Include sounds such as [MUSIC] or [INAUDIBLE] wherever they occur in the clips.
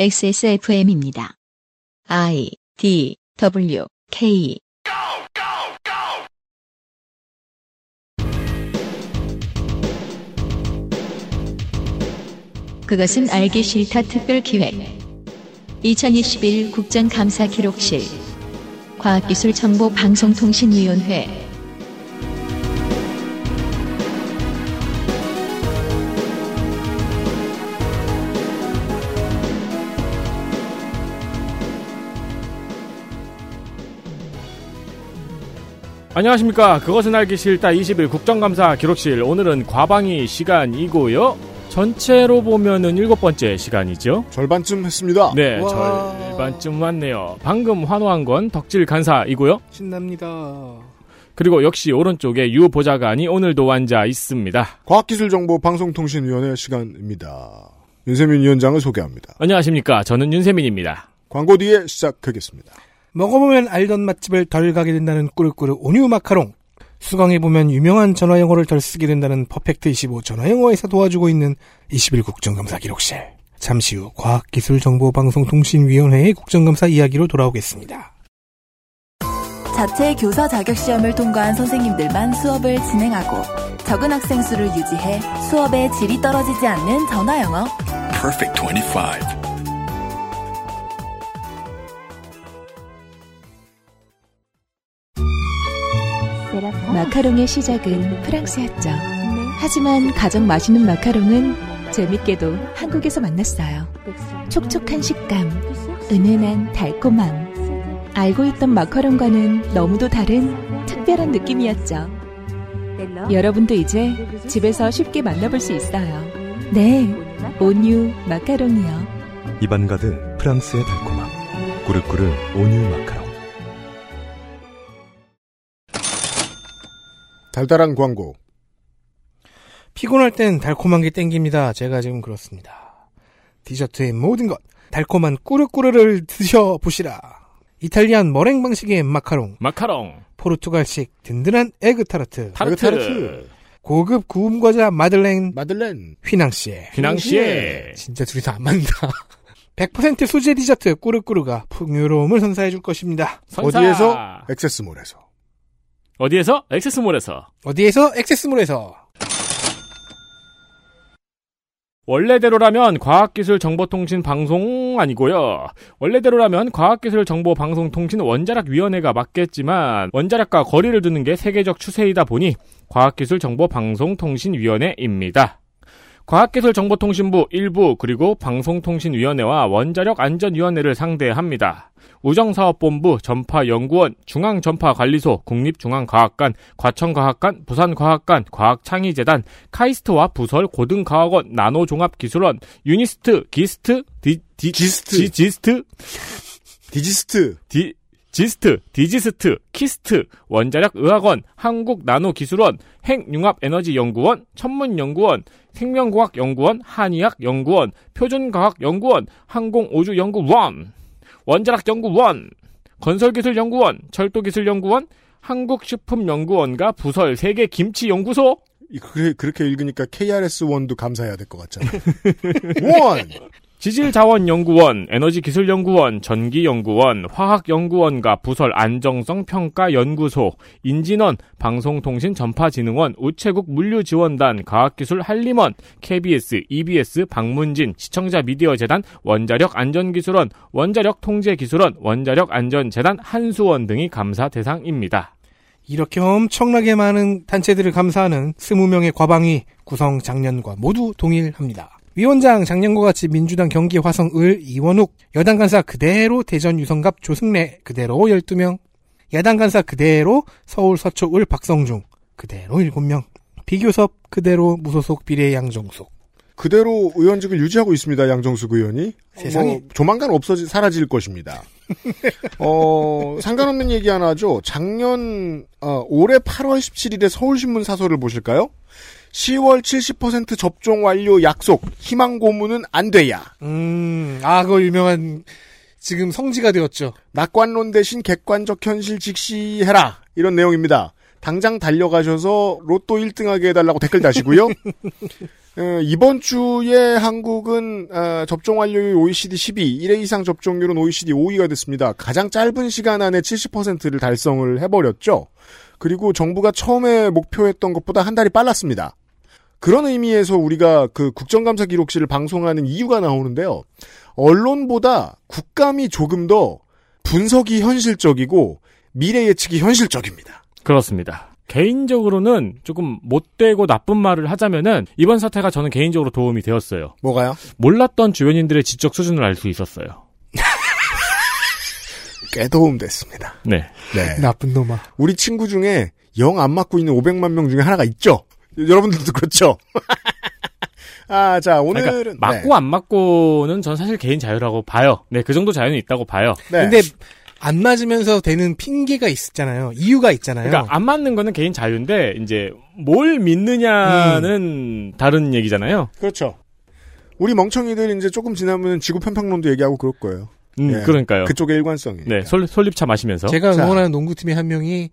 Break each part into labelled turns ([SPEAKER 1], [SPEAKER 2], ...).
[SPEAKER 1] XSFM입니다. I D W K 그것은 알기 싫다 특별 기획 2021 국정감사 기록실 과학기술정보방송통신위원회
[SPEAKER 2] 안녕하십니까. 그것은 알기 싫다 20일 국정감사 기록실. 오늘은 과방위 시간이고요. 전체로 보면은 일곱 번째 시간이죠.
[SPEAKER 3] 절반쯤 했습니다.
[SPEAKER 2] 네,
[SPEAKER 4] 와.
[SPEAKER 2] 절반쯤 왔네요. 방금 환호한 건 덕질 간사이고요.
[SPEAKER 4] 신납니다.
[SPEAKER 2] 그리고 역시 오른쪽에 유 보좌관이 오늘도 앉아 있습니다.
[SPEAKER 3] 과학기술정보방송통신위원회 시간입니다. 윤세민 위원장을 소개합니다.
[SPEAKER 2] 안녕하십니까. 저는 윤세민입니다.
[SPEAKER 3] 광고 뒤에 시작하겠습니다.
[SPEAKER 4] 먹어보면 알던 맛집을 덜 가게 된다는 꾸르꾸르 온유 마카롱. 수강해보면 유명한 전화영어를 덜 쓰게 된다는 퍼펙트25 전화영어에서 도와주고 있는 21 국정감사 기록실. 잠시 후 과학기술정보방송통신위원회의 국정감사 이야기로 돌아오겠습니다.
[SPEAKER 5] 자체 교사 자격 시험을 통과한 선생님들만 수업을 진행하고 적은 학생 수를 유지해 수업의 질이 떨어지지 않는 전화 영어
[SPEAKER 6] Perfect 25.
[SPEAKER 7] 마카롱의 시작은 프랑스였죠. 하지만 가장 맛있는 마카롱은 재밌게도 한국에서 만났어요. 촉촉한 식감, 은은한 달콤함. 알고 있던 마카롱과는 너무도 다른 특별한 느낌이었죠. 여러분도 이제 집에서 쉽게 만나볼 수 있어요. 네, 온유 마카롱이요.
[SPEAKER 8] 입안 가득 프랑스의 달콤함. 꾸르꾸르 온유 마카롱.
[SPEAKER 3] 달달한 광고.
[SPEAKER 4] 피곤할 땐 달콤한 게 땡깁니다. 제가 지금 그렇습니다. 디저트의 모든 것, 달콤한 꾸르꾸르를 드셔보시라. 이탈리안 머랭 방식의 마카롱,
[SPEAKER 2] 마카롱,
[SPEAKER 4] 포르투갈식 든든한 에그타르트,
[SPEAKER 2] 타르트,
[SPEAKER 3] 아, 네, 에그타르트.
[SPEAKER 4] 고급 구운 과자 마들렌
[SPEAKER 3] 마들렌.
[SPEAKER 4] 휘낭 씨의
[SPEAKER 2] 휘낭시에
[SPEAKER 4] 진짜 둘이서 안 맞는다. [LAUGHS] 100% 수제 디저트 꾸르꾸르가 풍요로움을 선사해 줄 것입니다.
[SPEAKER 2] 선사.
[SPEAKER 3] 어디에서? 액세스몰에서.
[SPEAKER 2] 어디에서? 액세스몰에서.
[SPEAKER 4] 어디에서 액세스몰에서
[SPEAKER 2] 원래대로라면 과학기술정보통신방송 아니고요. 원래대로라면 과학기술정보방송통신원자락위원회가 맞겠지만 원자락과 거리를 두는 게 세계적 추세이다 보니 과학기술정보방송통신위원회입니다. 과학기술정보통신부 일부 그리고 방송통신위원회와 원자력안전위원회를 상대합니다. 우정사업본부, 전파연구원, 중앙전파관리소, 국립중앙과학관, 과천과학관, 부산과학관, 과학창의재단, 카이스트와 부설 고등과학원 나노종합기술원 유니스트 기스트 디, 디
[SPEAKER 3] 기스트.
[SPEAKER 2] 지, 지스트
[SPEAKER 3] 디지스트.
[SPEAKER 2] 디 지스트, 디지스트, 키스트, 원자력의학원, 한국나노기술원, 핵융합에너지연구원, 천문연구원, 생명과학연구원, 한의학연구원, 표준과학연구원, 항공우주연구원, 원자력연구원, 건설기술연구원, 철도기술연구원, 한국식품연구원과 부설 세계 김치연구소.
[SPEAKER 3] 이- 그래- 그렇게 읽으니까 KRS1도 감사해야 될 것 같잖아요. [LAUGHS] 원!
[SPEAKER 2] 지질자원연구원, 에너지기술연구원, 전기연구원, 화학연구원과 부설 안정성평가연구소, 인진원, 방송통신전파진흥원, 우체국 물류지원단, 과학기술 한림원, KBS, EBS, 방문진, 시청자미디어재단, 원자력안전기술원, 원자력통제기술원, 원자력안전재단, 한수원 등이 감사 대상입니다.
[SPEAKER 4] 이렇게 엄청나게 많은 단체들을 감사하는 20명의 과방위 구성 작년과 모두 동일합니다. 위원장 작년과 같이 민주당 경기 화성 을 이원욱, 여당 간사 그대로 대전 유성갑 조승래 그대로 12명, 야당 간사 그대로 서울 서초 을 박성중 그대로 7명, 비교섭 그대로 무소속 비례 양정숙
[SPEAKER 3] 그대로 의원직을 유지하고 있습니다. 양정숙 의원이.
[SPEAKER 4] 세상에.
[SPEAKER 3] 뭐, 조만간 없어지 사라질
[SPEAKER 4] [LAUGHS]
[SPEAKER 3] 것입니다. 어, 상관없는 얘기 하나 하죠. 작년 어, 올해 8월 17일에 서울신문 사설을 보실까요? 10월 70% 접종 완료 약속. 희망 고문은 안 돼야.
[SPEAKER 4] 음, 아, 그거 유명한, 지금 성지가 되었죠.
[SPEAKER 3] 낙관론 대신 객관적 현실 직시해라. 이런 내용입니다. 당장 달려가셔서 로또 1등하게 해달라고 댓글 다시고요. 어, 이번 주에 한국은 어, 접종 완료율 OECD 10위, 1회 이상 접종률은 OECD 5위가 됐습니다. 가장 짧은 시간 안에 70%를 달성을 해버렸죠. 그리고 정부가 처음에 목표했던 것보다 한 달이 빨랐습니다. 그런 의미에서 우리가 그 국정감사 기록실을 방송하는 이유가 나오는데요. 언론보다 국감이 조금 더 분석이 현실적이고 미래 예측이 현실적입니다.
[SPEAKER 2] 그렇습니다. 개인적으로는 조금 못되고 나쁜 말을 하자면은 이번 사태가 저는 개인적으로 도움이 되었어요.
[SPEAKER 3] 뭐가요?
[SPEAKER 2] 몰랐던 주변인들의 지적 수준을 알 수 있었어요.
[SPEAKER 3] 꽤 도움됐습니다.
[SPEAKER 2] 네.
[SPEAKER 3] 네.
[SPEAKER 4] 나쁜 놈아.
[SPEAKER 3] 우리 친구 중에 영 안 맞고 있는 500만 명 중에 하나가 있죠. 여러분들도 그렇죠. [LAUGHS] 아, 자, 오늘은
[SPEAKER 2] 그러니까 맞고 안 맞고는 전 사실 개인 자유라고 봐요. 네, 그 정도 자유는 있다고 봐요.
[SPEAKER 3] 네. 네.
[SPEAKER 4] 근데 안 맞으면서 되는 핑계가 있잖아요. 이유가 있잖아요.
[SPEAKER 3] 네.
[SPEAKER 2] 그러니까 안 맞는 거는 개인 자유인데 이제 뭘
[SPEAKER 3] 음.
[SPEAKER 2] 믿느냐는 다른 얘기잖아요.
[SPEAKER 3] 그렇죠. 우리 멍청이들 이제 조금 지나면 지구 편평론도 얘기하고 그럴 거예요.
[SPEAKER 2] 음,
[SPEAKER 3] 네.
[SPEAKER 2] 그러니까요.
[SPEAKER 3] 그쪽의 일관성이.
[SPEAKER 2] 네, 솔, 솔잎차 마시면서
[SPEAKER 4] 제가
[SPEAKER 3] 자.
[SPEAKER 4] 응원하는 농구팀의 한 명이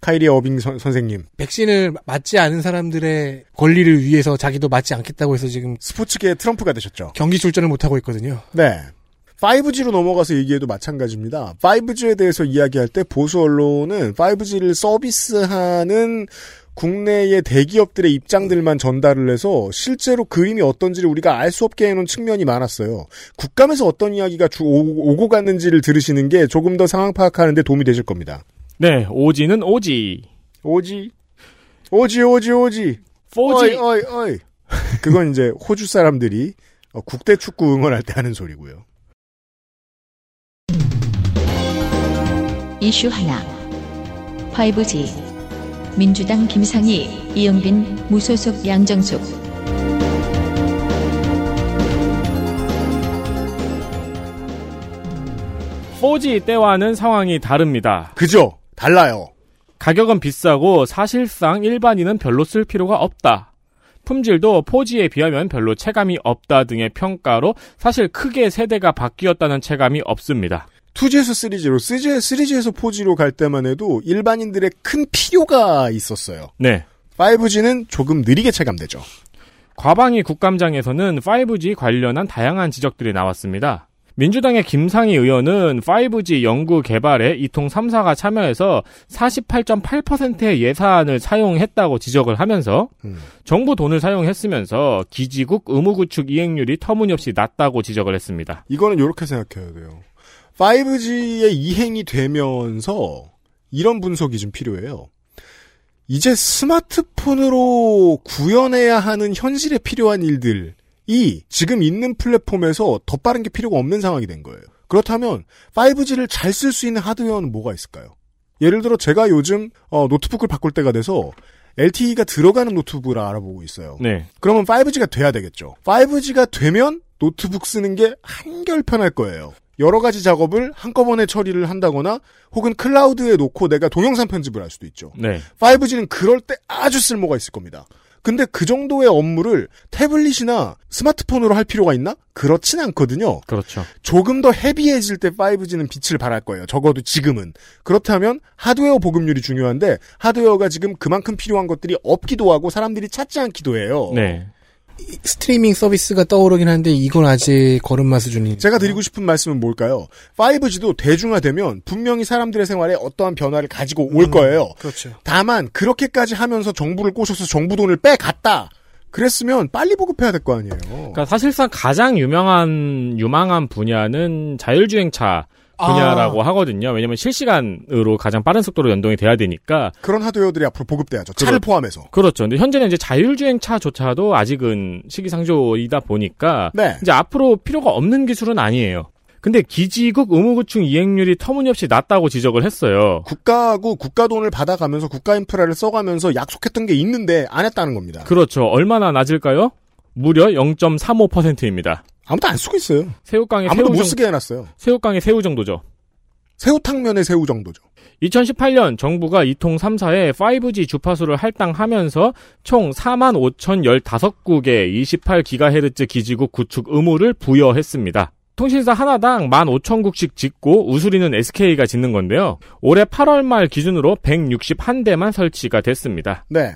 [SPEAKER 3] 카이리 어빙 선, 선생님.
[SPEAKER 4] 백신을 맞지 않은 사람들의 권리를 위해서 자기도 맞지 않겠다고 해서 지금
[SPEAKER 3] 스포츠계의 트럼프가 되셨죠.
[SPEAKER 4] 경기 출전을 못하고 있거든요.
[SPEAKER 3] 네. 5G로 넘어가서 얘기해도 마찬가지입니다. 5G에 대해서 이야기할 때 보수 언론은 5G를 서비스하는 국내의 대기업들의 입장들만 전달을 해서 실제로 그림이 어떤지를 우리가 알 수 없게 해놓은 측면이 많았어요. 국감에서 어떤 이야기가 주- 오- 오고 갔는지를 들으시는 게 조금 더 상황 파악하는 데 도움이 되실 겁니다.
[SPEAKER 2] 네, 오지는 오지.
[SPEAKER 3] 오지. 오지, 오지, 오지.
[SPEAKER 2] 포지.
[SPEAKER 3] 어이, 어이, 어이. [LAUGHS] 그건 이제 호주 사람들이 어, 국대 축구 응원할 때 하는 소리고요.
[SPEAKER 1] 이슈 하나 5G 민주당 김상희, 이영빈, 무소속 양정숙
[SPEAKER 2] 포지 때와는 상황이 다릅니다.
[SPEAKER 3] 그죠? 달라요.
[SPEAKER 2] 가격은 비싸고 사실상 일반인은 별로 쓸 필요가 없다. 품질도 포지에 비하면 별로 체감이 없다 등의 평가로 사실 크게 세대가 바뀌었다는 체감이 없습니다.
[SPEAKER 3] 2G에서 3G로, 3G, 3G에서 4G로 갈 때만 해도 일반인들의 큰 필요가 있었어요.
[SPEAKER 2] 네.
[SPEAKER 3] 5G는 조금 느리게 체감되죠.
[SPEAKER 2] 과방위 국감장에서는 5G 관련한 다양한 지적들이 나왔습니다. 민주당의 김상희 의원은 5G 연구 개발에 이통 3사가 참여해서 48.8%의 예산을 사용했다고 지적을 하면서
[SPEAKER 3] 음.
[SPEAKER 2] 정부 돈을 사용했으면서 기지국 의무구축 이행률이 터무니없이 낮다고 지적을 했습니다.
[SPEAKER 3] 이거는 이렇게 생각해야 돼요. 5G의 이행이 되면서 이런 분석이 좀 필요해요. 이제 스마트폰으로 구현해야 하는 현실에 필요한 일들이 지금 있는 플랫폼에서 더 빠른 게 필요가 없는 상황이 된 거예요. 그렇다면 5G를 잘 쓸 수 있는 하드웨어는 뭐가 있을까요? 예를 들어 제가 요즘 어, 노트북을 바꿀 때가 돼서 LTE가 들어가는 노트북을 알아보고 있어요.
[SPEAKER 2] 네.
[SPEAKER 3] 그러면 5G가 돼야 되겠죠. 5G가 되면 노트북 쓰는 게 한결 편할 거예요. 여러 가지 작업을 한꺼번에 처리를 한다거나 혹은 클라우드에 놓고 내가 동영상 편집을 할 수도 있죠.
[SPEAKER 2] 네.
[SPEAKER 3] 5G는 그럴 때 아주 쓸모가 있을 겁니다. 근데 그 정도의 업무를 태블릿이나 스마트폰으로 할 필요가 있나? 그렇진 않거든요.
[SPEAKER 2] 그렇죠.
[SPEAKER 3] 조금 더 헤비해질 때 5G는 빛을 발할 거예요. 적어도 지금은. 그렇다면 하드웨어 보급률이 중요한데 하드웨어가 지금 그만큼 필요한 것들이 없기도 하고 사람들이 찾지 않기도 해요.
[SPEAKER 2] 네.
[SPEAKER 4] 이- 스트리밍 서비스가 떠오르긴 한데 이건 아직 걸음마 수준이.
[SPEAKER 3] 제가 드리고 싶은 말씀은 뭘까요? 5G도 대중화되면 분명히 사람들의 생활에 어떠한 변화를 가지고
[SPEAKER 2] 음.
[SPEAKER 3] 올 거예요.
[SPEAKER 4] 그렇죠.
[SPEAKER 3] 다만 그렇게까지 하면서 정부를 꼬셔서 정부 돈을 빼갔다. 그랬으면 빨리 보급해야 될 거 아니에요.
[SPEAKER 2] 그러니까 사실상 가장 유명한 유망한 분야는 자율주행차
[SPEAKER 3] 아.
[SPEAKER 2] 분야라고 하거든요. 왜냐면 실시간으로 가장 빠른 속도로 연동이 돼야 되니까.
[SPEAKER 3] 그런 하드웨어들이 앞으로 보급돼야죠. 차를 포함해서.
[SPEAKER 2] 그렇죠. 근데 현재는 이제 자율주행차조차도 아직은 시기상조이다 보니까
[SPEAKER 3] 네.
[SPEAKER 2] 이제 앞으로 필요가 없는 기술은 아니에요. 근데 기지국 의무구축 이행률이 터무니없이 낮다고 지적을 했어요.
[SPEAKER 3] 국가하고 국가 돈을 받아가면서 국가 인프라를 써가면서 약속했던 게 있는데 안 했다는 겁니다.
[SPEAKER 2] 그렇죠. 얼마나 낮을까요? 무려 0.35%입니다.
[SPEAKER 3] 아무도 안 쓰고 있어요.
[SPEAKER 2] 새우깡의
[SPEAKER 3] 아무도
[SPEAKER 2] 예, 새우
[SPEAKER 3] 못
[SPEAKER 2] 정-
[SPEAKER 3] 쓰게 해놨어요.
[SPEAKER 2] 새우깡의 새우 정도죠.
[SPEAKER 3] 새우탕면의 새우 정도죠.
[SPEAKER 2] 2018년 정부가 이통 3사에 5G 주파수를 할당하면서 총 45,015국에 28GHz 기지국 구축 의무를 부여했습니다. 통신사 하나당 15,000국씩 짓고 우수리는 SK가 짓는 건데요. 올해 8월 말 기준으로 161대만 설치가 됐습니다.
[SPEAKER 3] 네.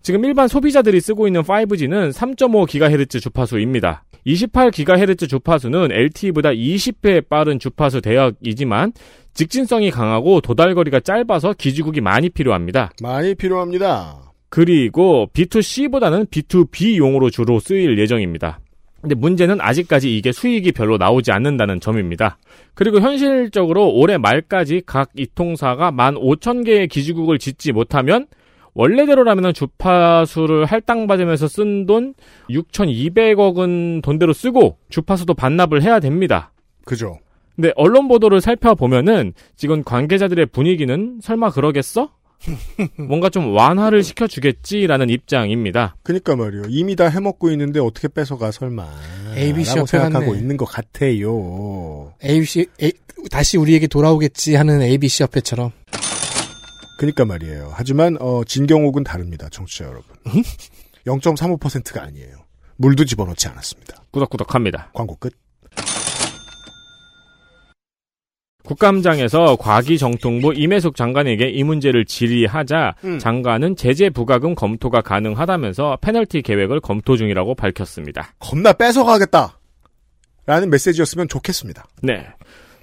[SPEAKER 2] 지금 일반 소비자들이 쓰고 있는 5G는 3.5GHz 주파수입니다. 28GHz 주파수는 LTE보다 20배 빠른 주파수 대역이지만 직진성이 강하고 도달거리가 짧아서 기지국이 많이 필요합니다.
[SPEAKER 3] 많이 필요합니다.
[SPEAKER 2] 그리고 B2C보다는 B2B용으로 주로 쓰일 예정입니다. 근데 문제는 아직까지 이게 수익이 별로 나오지 않는다는 점입니다. 그리고 현실적으로 올해 말까지 각 이통사가 15,000개의 기지국을 짓지 못하면 원래대로라면 주파수를 할당받으면서 쓴 돈 6,200억은 돈대로 쓰고 주파수도 반납을 해야 됩니다.
[SPEAKER 3] 그죠?
[SPEAKER 2] 근데 언론 보도를 살펴보면은 지금 관계자들의 분위기는 설마 그러겠어? 뭔가 좀 완화를 시켜주겠지라는 입장입니다.
[SPEAKER 3] 그니까 말이요. 이미 다 해먹고 있는데 어떻게 뺏어가 설마.
[SPEAKER 4] ABC
[SPEAKER 3] 라고
[SPEAKER 4] 옆에
[SPEAKER 3] 생각하고
[SPEAKER 4] 갔네.
[SPEAKER 3] 있는 것 같아요.
[SPEAKER 4] ABC A- 다시 우리에게 돌아오겠지 하는 ABC 협회처럼
[SPEAKER 3] 그니까 말이에요. 하지만 어, 진경옥은 다릅니다. 청취자 여러분. 0.35%가 아니에요. 물도 집어넣지 않았습니다.
[SPEAKER 2] 꾸덕꾸덕합니다.
[SPEAKER 3] 광고 끝.
[SPEAKER 2] 국감장에서 과기정통부 임혜숙 장관에게 이 문제를 질의하자 장관은 제재 부과금 검토가 가능하다면서 페널티 계획을 검토 중이라고 밝혔습니다.
[SPEAKER 3] 겁나 뺏어가겠다. 라는 메시지였으면 좋겠습니다.
[SPEAKER 2] 네.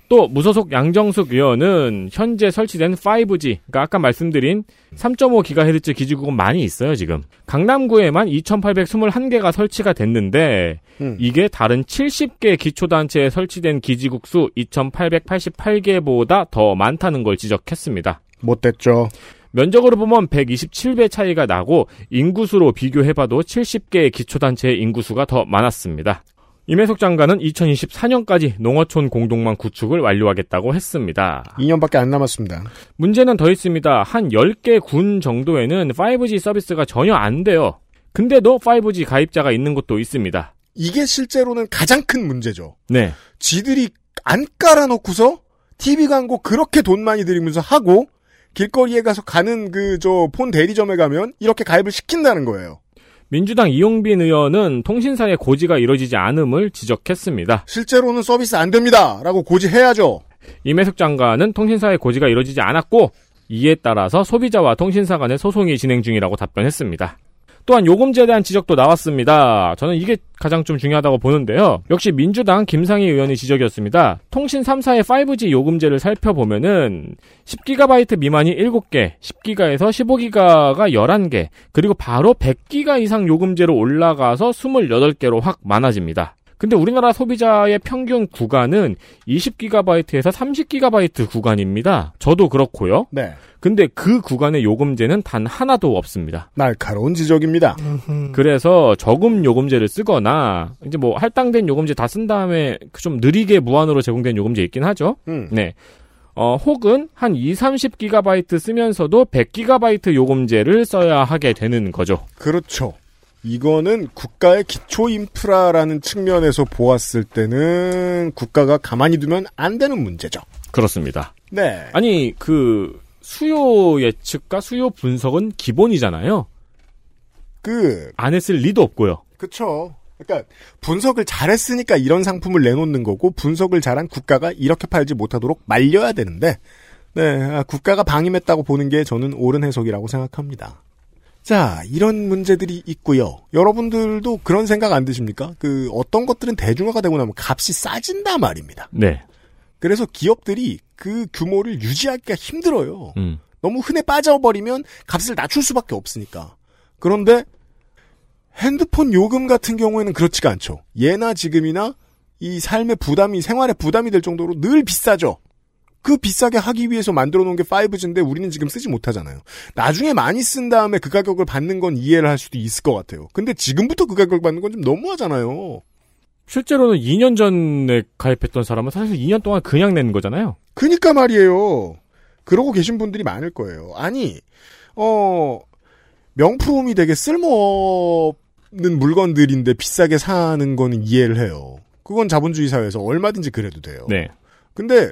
[SPEAKER 2] 또 무소속 양정숙 의원은 현재 설치된 5G, 그러니까 아까 말씀드린 3.5GHz 기지국은 많이 있어요 지금. 강남구에만 2,821개가 설치가 됐는데
[SPEAKER 3] 음.
[SPEAKER 2] 이게 다른 70개 기초단체에 설치된 기지국 수 2,888개보다 더 많다는 걸 지적했습니다.
[SPEAKER 3] 못됐죠.
[SPEAKER 2] 면적으로 보면 127배 차이가 나고 인구수로 비교해봐도 70개의 기초단체의 인구수가 더 많았습니다. 임혜숙 장관은 2024년까지 농어촌 공동망 구축을 완료하겠다고 했습니다.
[SPEAKER 3] 2년밖에 안 남았습니다.
[SPEAKER 2] 문제는 더 있습니다. 한 10개 군 정도에는 5G 서비스가 전혀 안 돼요. 근데도 5G 가입자가 있는 곳도 있습니다.
[SPEAKER 3] 이게 실제로는 가장 큰 문제죠.
[SPEAKER 2] 네.
[SPEAKER 3] 지들이 안 깔아놓고서 TV 광고 그렇게 돈 많이 들이면서 하고 길거리에 가서 가는 그 저 폰 대리점에 가면 이렇게 가입을 시킨다는 거예요.
[SPEAKER 2] 민주당 이용빈 의원은 통신사의 고지가 이뤄지지 않음을 지적했습니다.
[SPEAKER 3] 실제로는 서비스 안 됩니다라고 고지해야죠.
[SPEAKER 2] 임혜숙 장관은 통신사의 고지가 이뤄지지 않았고 이에 따라서 소비자와 통신사 간의 소송이 진행 중이라고 답변했습니다. 또한 요금제에 대한 지적도 나왔습니다. 저는 이게 가장 좀 중요하다고 보는데요. 역시 민주당 김상희 의원의 지적이었습니다. 통신 3사의 5G 요금제를 살펴보면은 10GB 미만이 7개, 10기가에서 15기가가 11개, 그리고 바로 100기가 이상 요금제로 올라가서 28개로 확 많아집니다. 근데 우리나라 소비자의 평균 구간은 20GB에서 30GB 구간입니다. 저도 그렇고요.
[SPEAKER 3] 네.
[SPEAKER 2] 근데 그 구간의 요금제는 단 하나도 없습니다.
[SPEAKER 3] 날카로운 지적입니다.
[SPEAKER 2] 그래서 저금 요금제를 쓰거나 이제 뭐 할당된 요금제 다 쓴 다음에 그좀 느리게 무한으로 제공된 요금제 있긴 하죠.
[SPEAKER 3] 음.
[SPEAKER 2] 네. 어, 혹은 한 2, 30GB 쓰면서도 100GB 요금제를 써야 하게 되는 거죠.
[SPEAKER 3] 그렇죠. 이거는 국가의 기초 인프라라는 측면에서 보았을 때는 국가가 가만히 두면 안 되는 문제죠.
[SPEAKER 2] 그렇습니다.
[SPEAKER 3] 네.
[SPEAKER 2] 아니 그 수요 예측과 수요 분석은 기본이잖아요.
[SPEAKER 3] 그
[SPEAKER 2] 안 했을 리도 없고요.
[SPEAKER 3] 그쵸. 그러니까 분석을 잘했으니까 이런 상품을 내놓는 거고 분석을 잘한 국가가 이렇게 팔지 못하도록 말려야 되는데 네 아, 국가가 방임했다고 보는 게 저는 옳은 해석이라고 생각합니다. 자 이런 문제들이 있고요. 여러분들도 그런 생각 안 드십니까? 그 어떤 것들은 대중화가 되고 나면 값이 싸진다 말입니다.
[SPEAKER 2] 네.
[SPEAKER 3] 그래서 기업들이 그 규모를 유지하기가 힘들어요.
[SPEAKER 2] 음.
[SPEAKER 3] 너무 흔해 빠져버리면 값을 낮출 수밖에 없으니까. 그런데 핸드폰 요금 같은 경우에는 그렇지가 않죠. 예나 지금이나 이 삶의 부담이 생활의 부담이 될 정도로 늘 비싸죠. 그 비싸게 하기 위해서 만들어 놓은 게 5G인데 우리는 지금 쓰지 못하잖아요. 나중에 많이 쓴 다음에 그 가격을 받는 건 이해를 할 수도 있을 것 같아요. 근데 지금부터 그 가격을 받는 건 좀 너무하잖아요.
[SPEAKER 2] 실제로는 2년 전에 가입했던 사람은 사실 2년 동안 그냥 낸 거잖아요.
[SPEAKER 3] 그니까 말이에요. 그러고 계신 분들이 많을 거예요. 아니, 어, 명품이 되게 쓸모없는 물건들인데 비싸게 사는 거는 이해를 해요. 그건 자본주의 사회에서 얼마든지 그래도 돼요.
[SPEAKER 2] 네.
[SPEAKER 3] 근데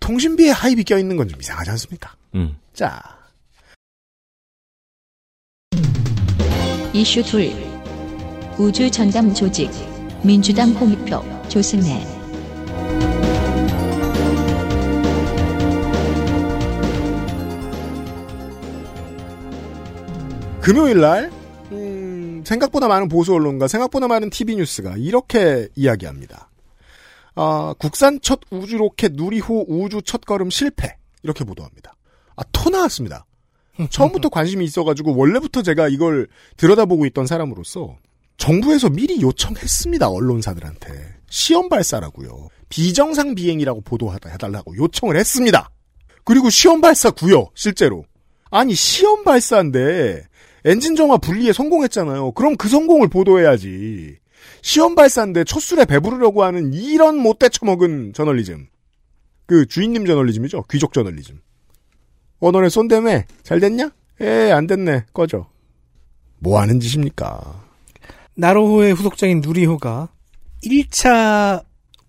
[SPEAKER 3] 통신비에 하입이 껴있는 건 좀 이상하지 않습니까?
[SPEAKER 2] 음.
[SPEAKER 3] 자,
[SPEAKER 1] 이슈 둘 우주 전담 조직 민주당 홍익표 조승래
[SPEAKER 3] 금요일 날 음, 생각보다 많은 보수 언론과 생각보다 많은 TV 뉴스가 이렇게 이야기합니다. 아, 국산 첫 우주 로켓 누리호 우주 첫걸음 실패 이렇게 보도합니다. 아, 토 나왔습니다. 처음부터 관심이 있어가지고 원래부터 제가 이걸 들여다보고 있던 사람으로서 정부에서 미리 요청했습니다 언론사들한테 시험 발사라고요 비정상 비행이라고 보도해달라고 요청을 했습니다. 그리고 시험 발사고요 실제로 아니 시험 발사인데 엔진 정화 분리에 성공했잖아요. 그럼 그 성공을 보도해야지. 시험 발사인데 첫술에 배부르려고 하는 이런 못돼 처먹은 저널리즘. 그 주인님 저널리즘이죠. 귀족 저널리즘. 원원에 쏜다며 잘 됐냐? 에 안 됐네. 꺼져. 뭐 하는 짓입니까?
[SPEAKER 4] 나로호의 후속작인 누리호가 1차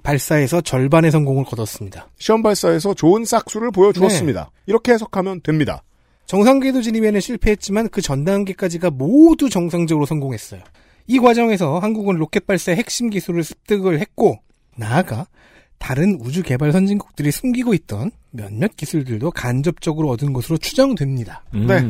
[SPEAKER 4] 발사에서 절반의 성공을 거뒀습니다.
[SPEAKER 3] 시험 발사에서 좋은 싹수를 보여주었습니다. 이렇게 해석하면 됩니다.
[SPEAKER 4] 정상 궤도 진입에는 실패했지만 그 전 단계까지가 모두 정상적으로 성공했어요. 이 과정에서 한국은 로켓 발사 의 핵심 기술을 습득을 했고 나아가 다른 우주 개발 선진국들이 숨기고 있던 몇몇 기술들도 간접적으로 얻은 것으로 추정됩니다.
[SPEAKER 2] 음.
[SPEAKER 3] 네.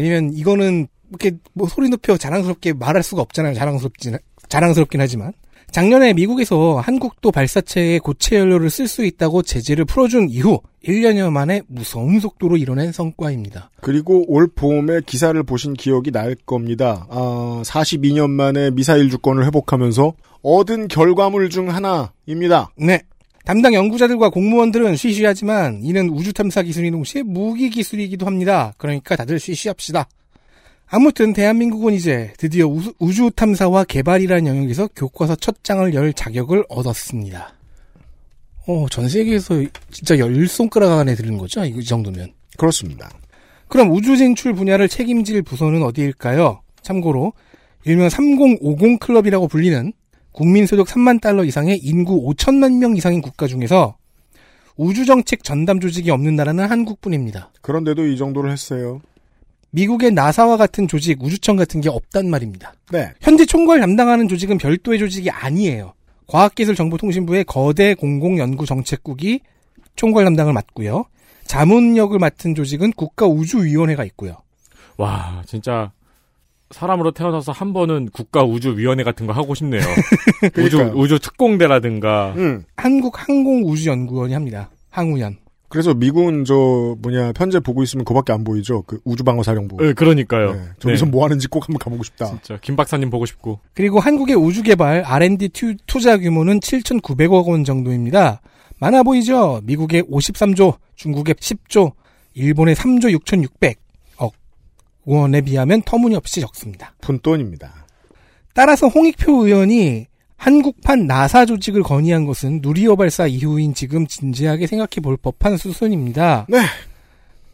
[SPEAKER 4] 왜냐면 이거는 이렇게 뭐 소리 높여 자랑스럽게 말할 수가 없잖아요. 자랑스럽진 자랑스럽긴 하지만 작년에 미국에서 한국도 발사체에 고체 연료를 쓸 수 있다고 제재를 풀어준 이후 1년여 만에 무서운 속도로 이뤄낸 성과입니다.
[SPEAKER 3] 그리고 올 봄에 기사를 보신 기억이 날 겁니다. 아, 42년 만에 미사일 주권을 회복하면서 얻은 결과물 중 하나입니다.
[SPEAKER 4] 네. 담당 연구자들과 공무원들은 쉬쉬하지만 이는 우주 탐사 기술이 동시에 무기 기술이기도 합니다. 그러니까 다들 쉬쉬합시다. 아무튼 대한민국은 이제 드디어 우수- 우주 탐사와 개발이라는 영역에서 교과서 첫 장을 열 자격을 얻었습니다. 어, 전 세계에서 진짜 열 손가락 안에 드는 거죠? 이거- 이 정도면.
[SPEAKER 3] 그렇습니다.
[SPEAKER 4] 그럼 우주 진출 분야를 책임질 부서는 어디일까요? 참고로 일명 3050 클럽이라고 불리는 국민 소득 3만 달러 이상의 인구 5천만 명 이상인 국가 중에서 우주 정책 전담 조직이 없는 나라는 한국뿐입니다.
[SPEAKER 3] 그런데도 이 정도를 했어요.
[SPEAKER 4] 미국의 나사와 같은 조직, 우주청 같은 게 없단 말입니다.
[SPEAKER 3] 네.
[SPEAKER 4] 현지 총괄 담당하는 조직은 별도의 조직이 아니에요. 과학기술정보통신부의 거대 공공연구정책국이 총괄 담당을 맡고요. 자문역을 맡은 조직은 국가우주위원회가 있고요.
[SPEAKER 2] 와, 진짜 사람으로 태어나서 한 번은 국가 우주 위원회 같은 거 하고 싶네요. [LAUGHS] 우주
[SPEAKER 3] [LAUGHS] 그러니까요.
[SPEAKER 2] 우주 특공대라든가.
[SPEAKER 3] 음.
[SPEAKER 4] 한국항공우주연구원이 합니다. 항우연.
[SPEAKER 3] 그래서 미국은 저 뭐냐 편제 보고 있으면 그밖에 안 보이죠. 그 우주방어사령부.
[SPEAKER 2] 네, 그러니까요.
[SPEAKER 3] 네. 뭐. 저기서
[SPEAKER 2] 네. 음.
[SPEAKER 3] 뭐 하는지 꼭 한번 가보고 싶다.
[SPEAKER 2] 진짜 김 박사님 보고 싶고.
[SPEAKER 4] 그리고 한국의 우주개발 R&D 투- 투자 규모는 7,900억 원 정도입니다. 많아 보이죠? 미국의 53조, 중국의 10조, 일본의 3조 6,600억 원에 비하면 터무니없이 적습니다.
[SPEAKER 3] 푼돈입니다.
[SPEAKER 4] 따라서 홍익표 의원이 한국판 나사 조직을 건의한 것은 누리호 발사 이후인 지금 진지하게 생각해 볼 법한 수순입니다.
[SPEAKER 3] 네.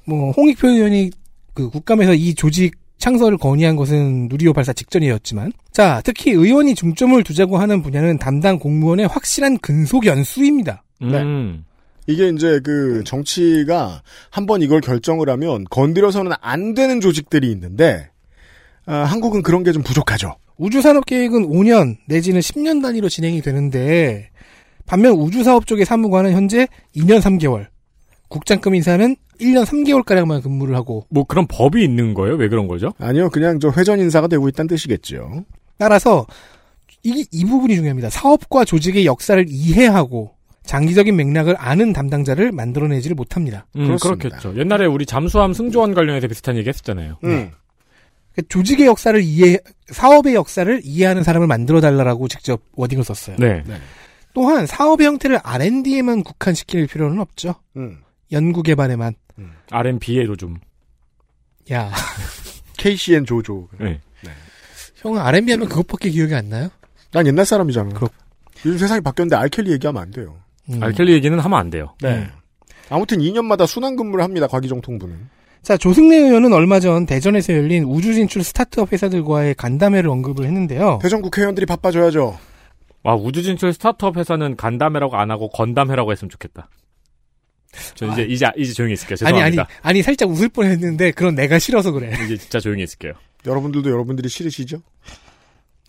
[SPEAKER 4] 뭐 홍익표 의원이 그 국감에서 이 조직 창설을 건의한 것은 누리호 발사 직전이었지만 자 특히 의원이 중점을 두자고 하는 분야는 담당 공무원의 확실한 근속 연수입니다.
[SPEAKER 3] 네.
[SPEAKER 2] 음.
[SPEAKER 3] 이게 이제 그 정치가 한번 이걸 결정을 하면 건드려서는 안 되는 조직들이 있는데 아, 한국은 그런 게 좀 부족하죠.
[SPEAKER 4] 우주산업 계획은 5년 내지는 10년 단위로 진행이 되는데 반면 우주사업 쪽의 사무관은 현재 2년 3개월 국장급 인사는 1년 3개월가량만 근무를 하고
[SPEAKER 2] 뭐 그런 법이 있는 거예요? 왜 그런 거죠?
[SPEAKER 3] 아니요, 그냥 저 회전 인사가 되고 있다는 뜻이겠죠.
[SPEAKER 4] 따라서 이, 이 부분이 중요합니다. 사업과 조직의 역사를 이해하고 장기적인 맥락을 아는 담당자를 만들어내지를 못합니다.
[SPEAKER 2] 음,
[SPEAKER 3] 그렇습니다.
[SPEAKER 2] 그렇겠죠. 옛날에 우리 잠수함 승조원 관련해서 비슷한 얘기 했었잖아요.
[SPEAKER 3] 음.
[SPEAKER 4] 그 조직의 역사를 이해, 사업의 역사를 이해하는 사람을 만들어 달라고 직접 워딩을 썼어요.
[SPEAKER 2] 네.
[SPEAKER 4] 또한 사업의 형태를 R&D에만 국한시킬 필요는 없죠.
[SPEAKER 3] 음.
[SPEAKER 4] 연구 개발에만.
[SPEAKER 2] R&B에도 좀.
[SPEAKER 4] 야,
[SPEAKER 3] KCN 조조.
[SPEAKER 2] 네.
[SPEAKER 4] 형은 R&B 하면 그것밖에 기억이 안 나요?
[SPEAKER 3] 난 옛날 사람이잖아.
[SPEAKER 4] 그렇-
[SPEAKER 3] 요즘 세상이 바뀌었는데 알켈리 얘기하면 안 돼요.
[SPEAKER 4] 음.
[SPEAKER 2] 알켈리 얘기는 네. 하면 안 돼요.
[SPEAKER 4] 네.
[SPEAKER 3] 아무튼 2년마다 순환 근무를 합니다. 과기정 통부는.
[SPEAKER 4] 자, 조승래 의원은 얼마 전 대전에서 열린 우주 진출 스타트업 회사들과의 간담회를 언급을 했는데요.
[SPEAKER 3] 대전 국회의원들이 바빠져야죠.
[SPEAKER 2] 와, 우주진출 스타트업 회사는 간담회라고 안 하고 건담회라고 했으면 좋겠다. 저 이제, 이제, 이제 조용히 있을게요.
[SPEAKER 4] 아니, 아니,
[SPEAKER 2] 죄송합니다.
[SPEAKER 4] 아니, 살짝 웃을 뻔 했는데, 그런 내가 싫어서 그래.
[SPEAKER 2] 이제 진짜 조용히 있을게요.
[SPEAKER 3] 여러분들도 여러분들이 싫으시죠?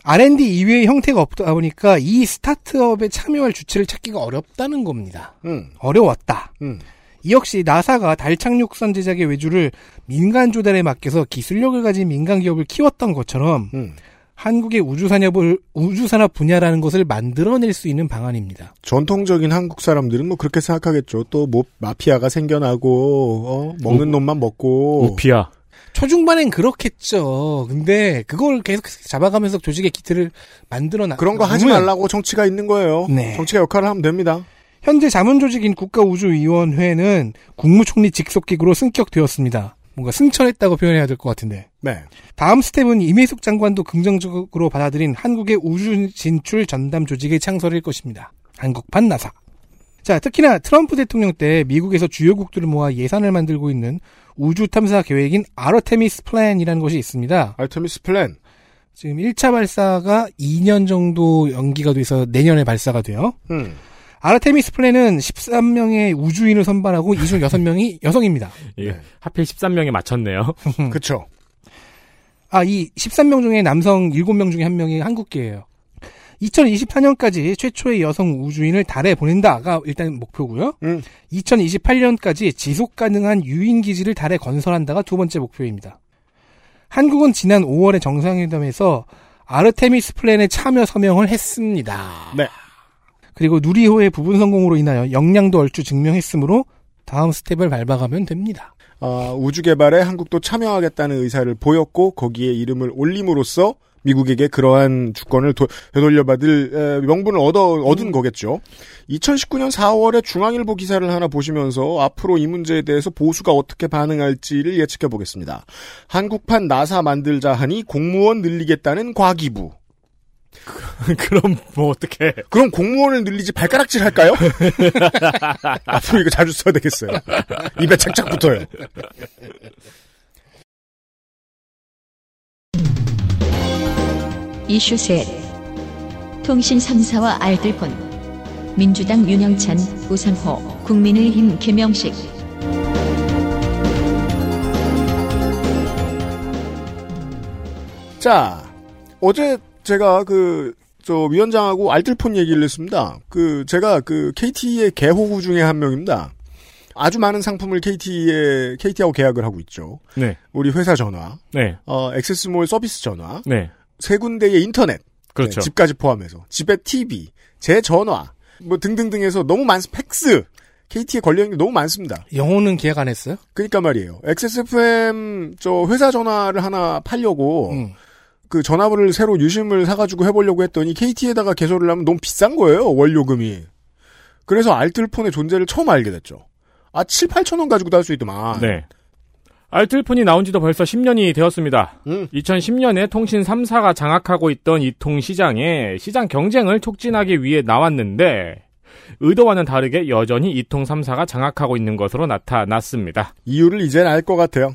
[SPEAKER 4] R&D 이외의 형태가 없다 보니까 이 스타트업에 참여할 주체를 찾기가 어렵다는 겁니다.
[SPEAKER 3] 음.
[SPEAKER 4] 어려웠다.
[SPEAKER 3] 음.
[SPEAKER 4] 이 역시 나사가 달 착륙선 제작의 외주를 민간 조달에 맡겨서 기술력을 가진 민간 기업을 키웠던 것처럼
[SPEAKER 3] 음.
[SPEAKER 4] 한국의 우주산업을 우주산업 분야라는 것을 만들어낼 수 있는 방안입니다.
[SPEAKER 3] 전통적인 한국 사람들은 뭐 그렇게 생각하겠죠. 또 뭐 마피아가 생겨나고 어? 먹는
[SPEAKER 2] 우-
[SPEAKER 3] 놈만 먹고
[SPEAKER 2] 우피아.
[SPEAKER 4] 초중반엔 그렇겠죠. 근데 그걸 계속 잡아가면서 조직의 기틀을 만들어 나
[SPEAKER 3] 그런 거 하지
[SPEAKER 4] 놓으면
[SPEAKER 3] 말라고 정치가 있는 거예요.
[SPEAKER 4] 네.
[SPEAKER 3] 정치가 역할을 하면 됩니다.
[SPEAKER 4] 현재 자문조직인 국가우주위원회는 국무총리 직속기구로 승격되었습니다. 뭔가 승천했다고 표현해야 될 것 같은데.
[SPEAKER 3] 네.
[SPEAKER 4] 다음 스텝은 이미숙 장관도 긍정적으로 받아들인 한국의 우주 진출 전담 조직의 창설일 것입니다. 한국판 나사. 자, 특히나 트럼프 대통령 때 미국에서 주요국들을 모아 예산을 만들고 있는 우주 탐사 계획인 아르테미스 플랜이라는 것이 있습니다.
[SPEAKER 3] 알테미스 플랜.
[SPEAKER 4] 지금 1차 발사가 2년 정도 연기가 돼서 내년에 발사가 돼요.
[SPEAKER 3] 음.
[SPEAKER 4] 아르테미스 플랜은 13명의 우주인을 선발하고 이 중 6명이 여성입니다.
[SPEAKER 2] 예.
[SPEAKER 3] 네.
[SPEAKER 2] 하필 13명에 맞췄네요.
[SPEAKER 3] 그쵸.
[SPEAKER 4] 아, 이 13명 중에 남성 7명 중에 한 명이 한국계예요. 2024년까지 최초의 여성 우주인을 달에 보낸다가 일단 목표고요.
[SPEAKER 3] 음.
[SPEAKER 4] 2028년까지 지속 가능한 유인 기지를 달에 건설한다가 두 번째 목표입니다. 한국은 지난 5월에 정상회담에서 아르테미스 플랜에 참여 서명을 했습니다.
[SPEAKER 3] 네.
[SPEAKER 4] 그리고 누리호의 부분 성공으로 인하여 역량도 얼추 증명했으므로 다음 스텝을 밟아가면 됩니다.
[SPEAKER 3] 아, 우주 개발에 한국도 참여하겠다는 의사를 보였고 거기에 이름을 올림으로써 미국에게 그러한 주권을 도- 되돌려받을 에, 명분을 얻어 얻은 거겠죠. 2019년 4월에 중앙일보 기사를 하나 보시면서 앞으로 이 문제에 대해서 보수가 어떻게 반응할지를 예측해 보겠습니다. 한국판 나사 만들자 하니 공무원 늘리겠다는 과기부.
[SPEAKER 2] 그럼 뭐 어떻게?
[SPEAKER 3] 그럼 공무원을 늘리지 발가락질 할까요? [LAUGHS] 앞으로 이거 자주 써야 되겠어요. 입에 착착 붙어요.
[SPEAKER 1] 이슈 셋 통신 3사와 알뜰폰 민주당 윤영찬, 우상호, 국민의힘 김영식
[SPEAKER 3] 자, 어제 제가 그, 저, 위원장하고 알뜰폰 얘기를 했습니다. 그, 제가 그, KT의 개호구 중에 한 명입니다. 아주 많은 상품을 KT에, KT하고 계약을 하고 있죠.
[SPEAKER 2] 네.
[SPEAKER 3] 우리 회사 전화,
[SPEAKER 2] 네.
[SPEAKER 3] 어, 액세스몰 서비스 전화,
[SPEAKER 2] 네.
[SPEAKER 3] 세 군데의 인터넷,
[SPEAKER 2] 그렇죠.
[SPEAKER 3] 네, 집까지 포함해서, 집에 TV, 제 전화, 뭐 등등등해서 너무 많, 팩스! KT에 걸려있는 게 너무 많습니다.
[SPEAKER 4] 영호는 기획 안 했어요?
[SPEAKER 3] 그러니까 말이에요. XSFM, 저, 회사 전화를 하나 팔려고,
[SPEAKER 4] 음.
[SPEAKER 3] 그 전화부를 새로 유심을 사가지고 해보려고 했더니 KT에다가 개설을 하면 너무 비싼 거예요 월요금이 그래서 알뜰폰의 존재를 처음 알게 됐죠 아 7, 8천 원 가지고도 할 수 있더만
[SPEAKER 2] 네. 알뜰폰이 나온 지도 벌써 10년이 되었습니다.
[SPEAKER 3] 음.
[SPEAKER 2] 2010년에 통신 3사가 장악하고 있던 이 통 시장에 시장 경쟁을 촉진하기 위해 나왔는데 의도와는 다르게 여전히 이통 3사가 장악하고 있는 것으로 나타났습니다.
[SPEAKER 3] 이유를 이젠 알 것 같아요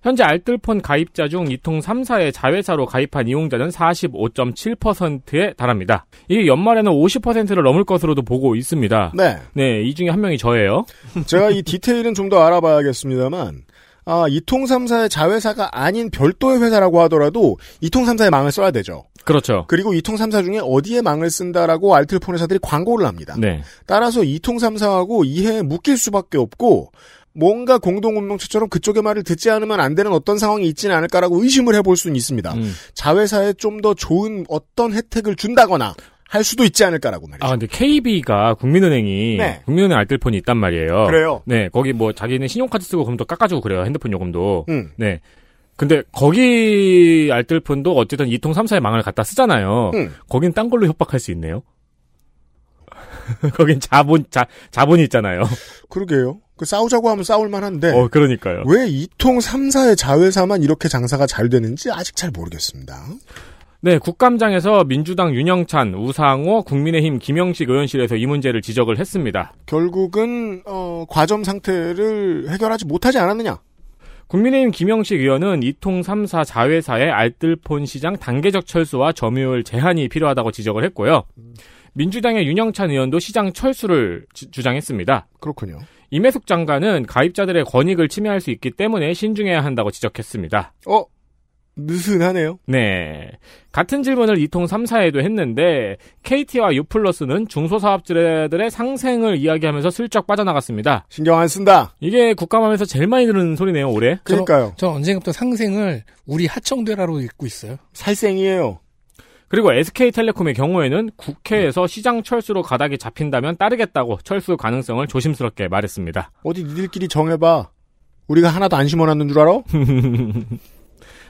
[SPEAKER 2] 현재 알뜰폰 가입자 중 이통 3사의 자회사로 가입한 이용자는 45.7%에 달합니다. 이게 연말에는 50%를 넘을 것으로도 보고 있습니다. [LAUGHS]
[SPEAKER 3] 네
[SPEAKER 2] 네, 이 중에 한 명이 저예요.
[SPEAKER 3] 제가 이 디테일은 좀 더 알아봐야겠습니다만 아 이통삼사의 자회사가 아닌 별도의 회사라고 하더라도 이통삼사의 망을 써야 되죠
[SPEAKER 2] 그렇죠.
[SPEAKER 3] 그리고 이통삼사 중에 어디에 망을 쓴다라고 알뜰폰 회사들이 광고를 합니다
[SPEAKER 2] 네.
[SPEAKER 3] 따라서 이통삼사하고 이해에 묶일 수밖에 없고 뭔가 공동 운명체처럼 그쪽의 말을 듣지 않으면 안 되는 어떤 상황이 있지는 않을까라고 의심을 해볼 수는 있습니다.
[SPEAKER 2] 음.
[SPEAKER 3] 자회사에 좀 더 좋은 어떤 혜택을 준다거나 할 수도 있지 않을까라고 말이죠.
[SPEAKER 2] 아, 근데 KB가 국민은행이
[SPEAKER 3] 네.
[SPEAKER 2] 국민은행 알뜰폰이 있단 말이에요.
[SPEAKER 3] 그래요.
[SPEAKER 2] 네, 거기 뭐 자기는 신용카드 쓰고 그럼 또 깎아주고 그래요. 핸드폰 요금도.
[SPEAKER 3] 음.
[SPEAKER 2] 네. 근데 거기 알뜰폰도 어쨌든 이통 3사의 망을 갖다 쓰잖아요.
[SPEAKER 3] 음.
[SPEAKER 2] 거긴 딴 걸로 협박할 수 있네요. [LAUGHS] 거긴 자본 자 자본이 있잖아요.
[SPEAKER 3] 그러게요. 그 싸우자고 하면 싸울 만한데
[SPEAKER 2] 어, 그러니까요.
[SPEAKER 3] 왜 이통삼사의 자회사만 이렇게 장사가 잘 되는지 아직 잘 모르겠습니다.
[SPEAKER 2] 네, 국감장에서 민주당 윤영찬, 우상호, 국민의힘 김영식 의원실에서 이 문제를 지적을 했습니다.
[SPEAKER 3] 결국은 어, 과점 상태를 해결하지 못하지 않았느냐.
[SPEAKER 2] 국민의힘 김영식 의원은 이통 3사 자회사의 알뜰폰 시장 단계적 철수와 점유율 제한이 필요하다고 지적을 했고요. 민주당의 윤영찬 의원도 시장 철수를 지- 주장했습니다.
[SPEAKER 3] 그렇군요.
[SPEAKER 2] 임혜숙 장관은 가입자들의 권익을 침해할 수 있기 때문에 신중해야 한다고 지적했습니다.
[SPEAKER 3] 어 느슨하네요.
[SPEAKER 2] 네. 같은 질문을 이통 3사에도 했는데 KT와 유플러스는 중소사업자들의 상생을 이야기하면서 슬쩍 빠져나갔습니다.
[SPEAKER 3] 신경 안 쓴다.
[SPEAKER 2] 이게 국감하면서 제일 많이 들은 소리네요, 올해.
[SPEAKER 3] 그러니까요.
[SPEAKER 4] 저 언젠가부터 상생을 우리 하청대라로 읽고 있어요.
[SPEAKER 3] 살생이에요.
[SPEAKER 2] 그리고 SK텔레콤의 경우에는 국회에서 시장 철수로 가닥이 잡힌다면 따르겠다고 철수 가능성을 조심스럽게 말했습니다.
[SPEAKER 3] 어디 니들끼리 정해봐. 우리가 하나도 안 심어놨는 줄 알아?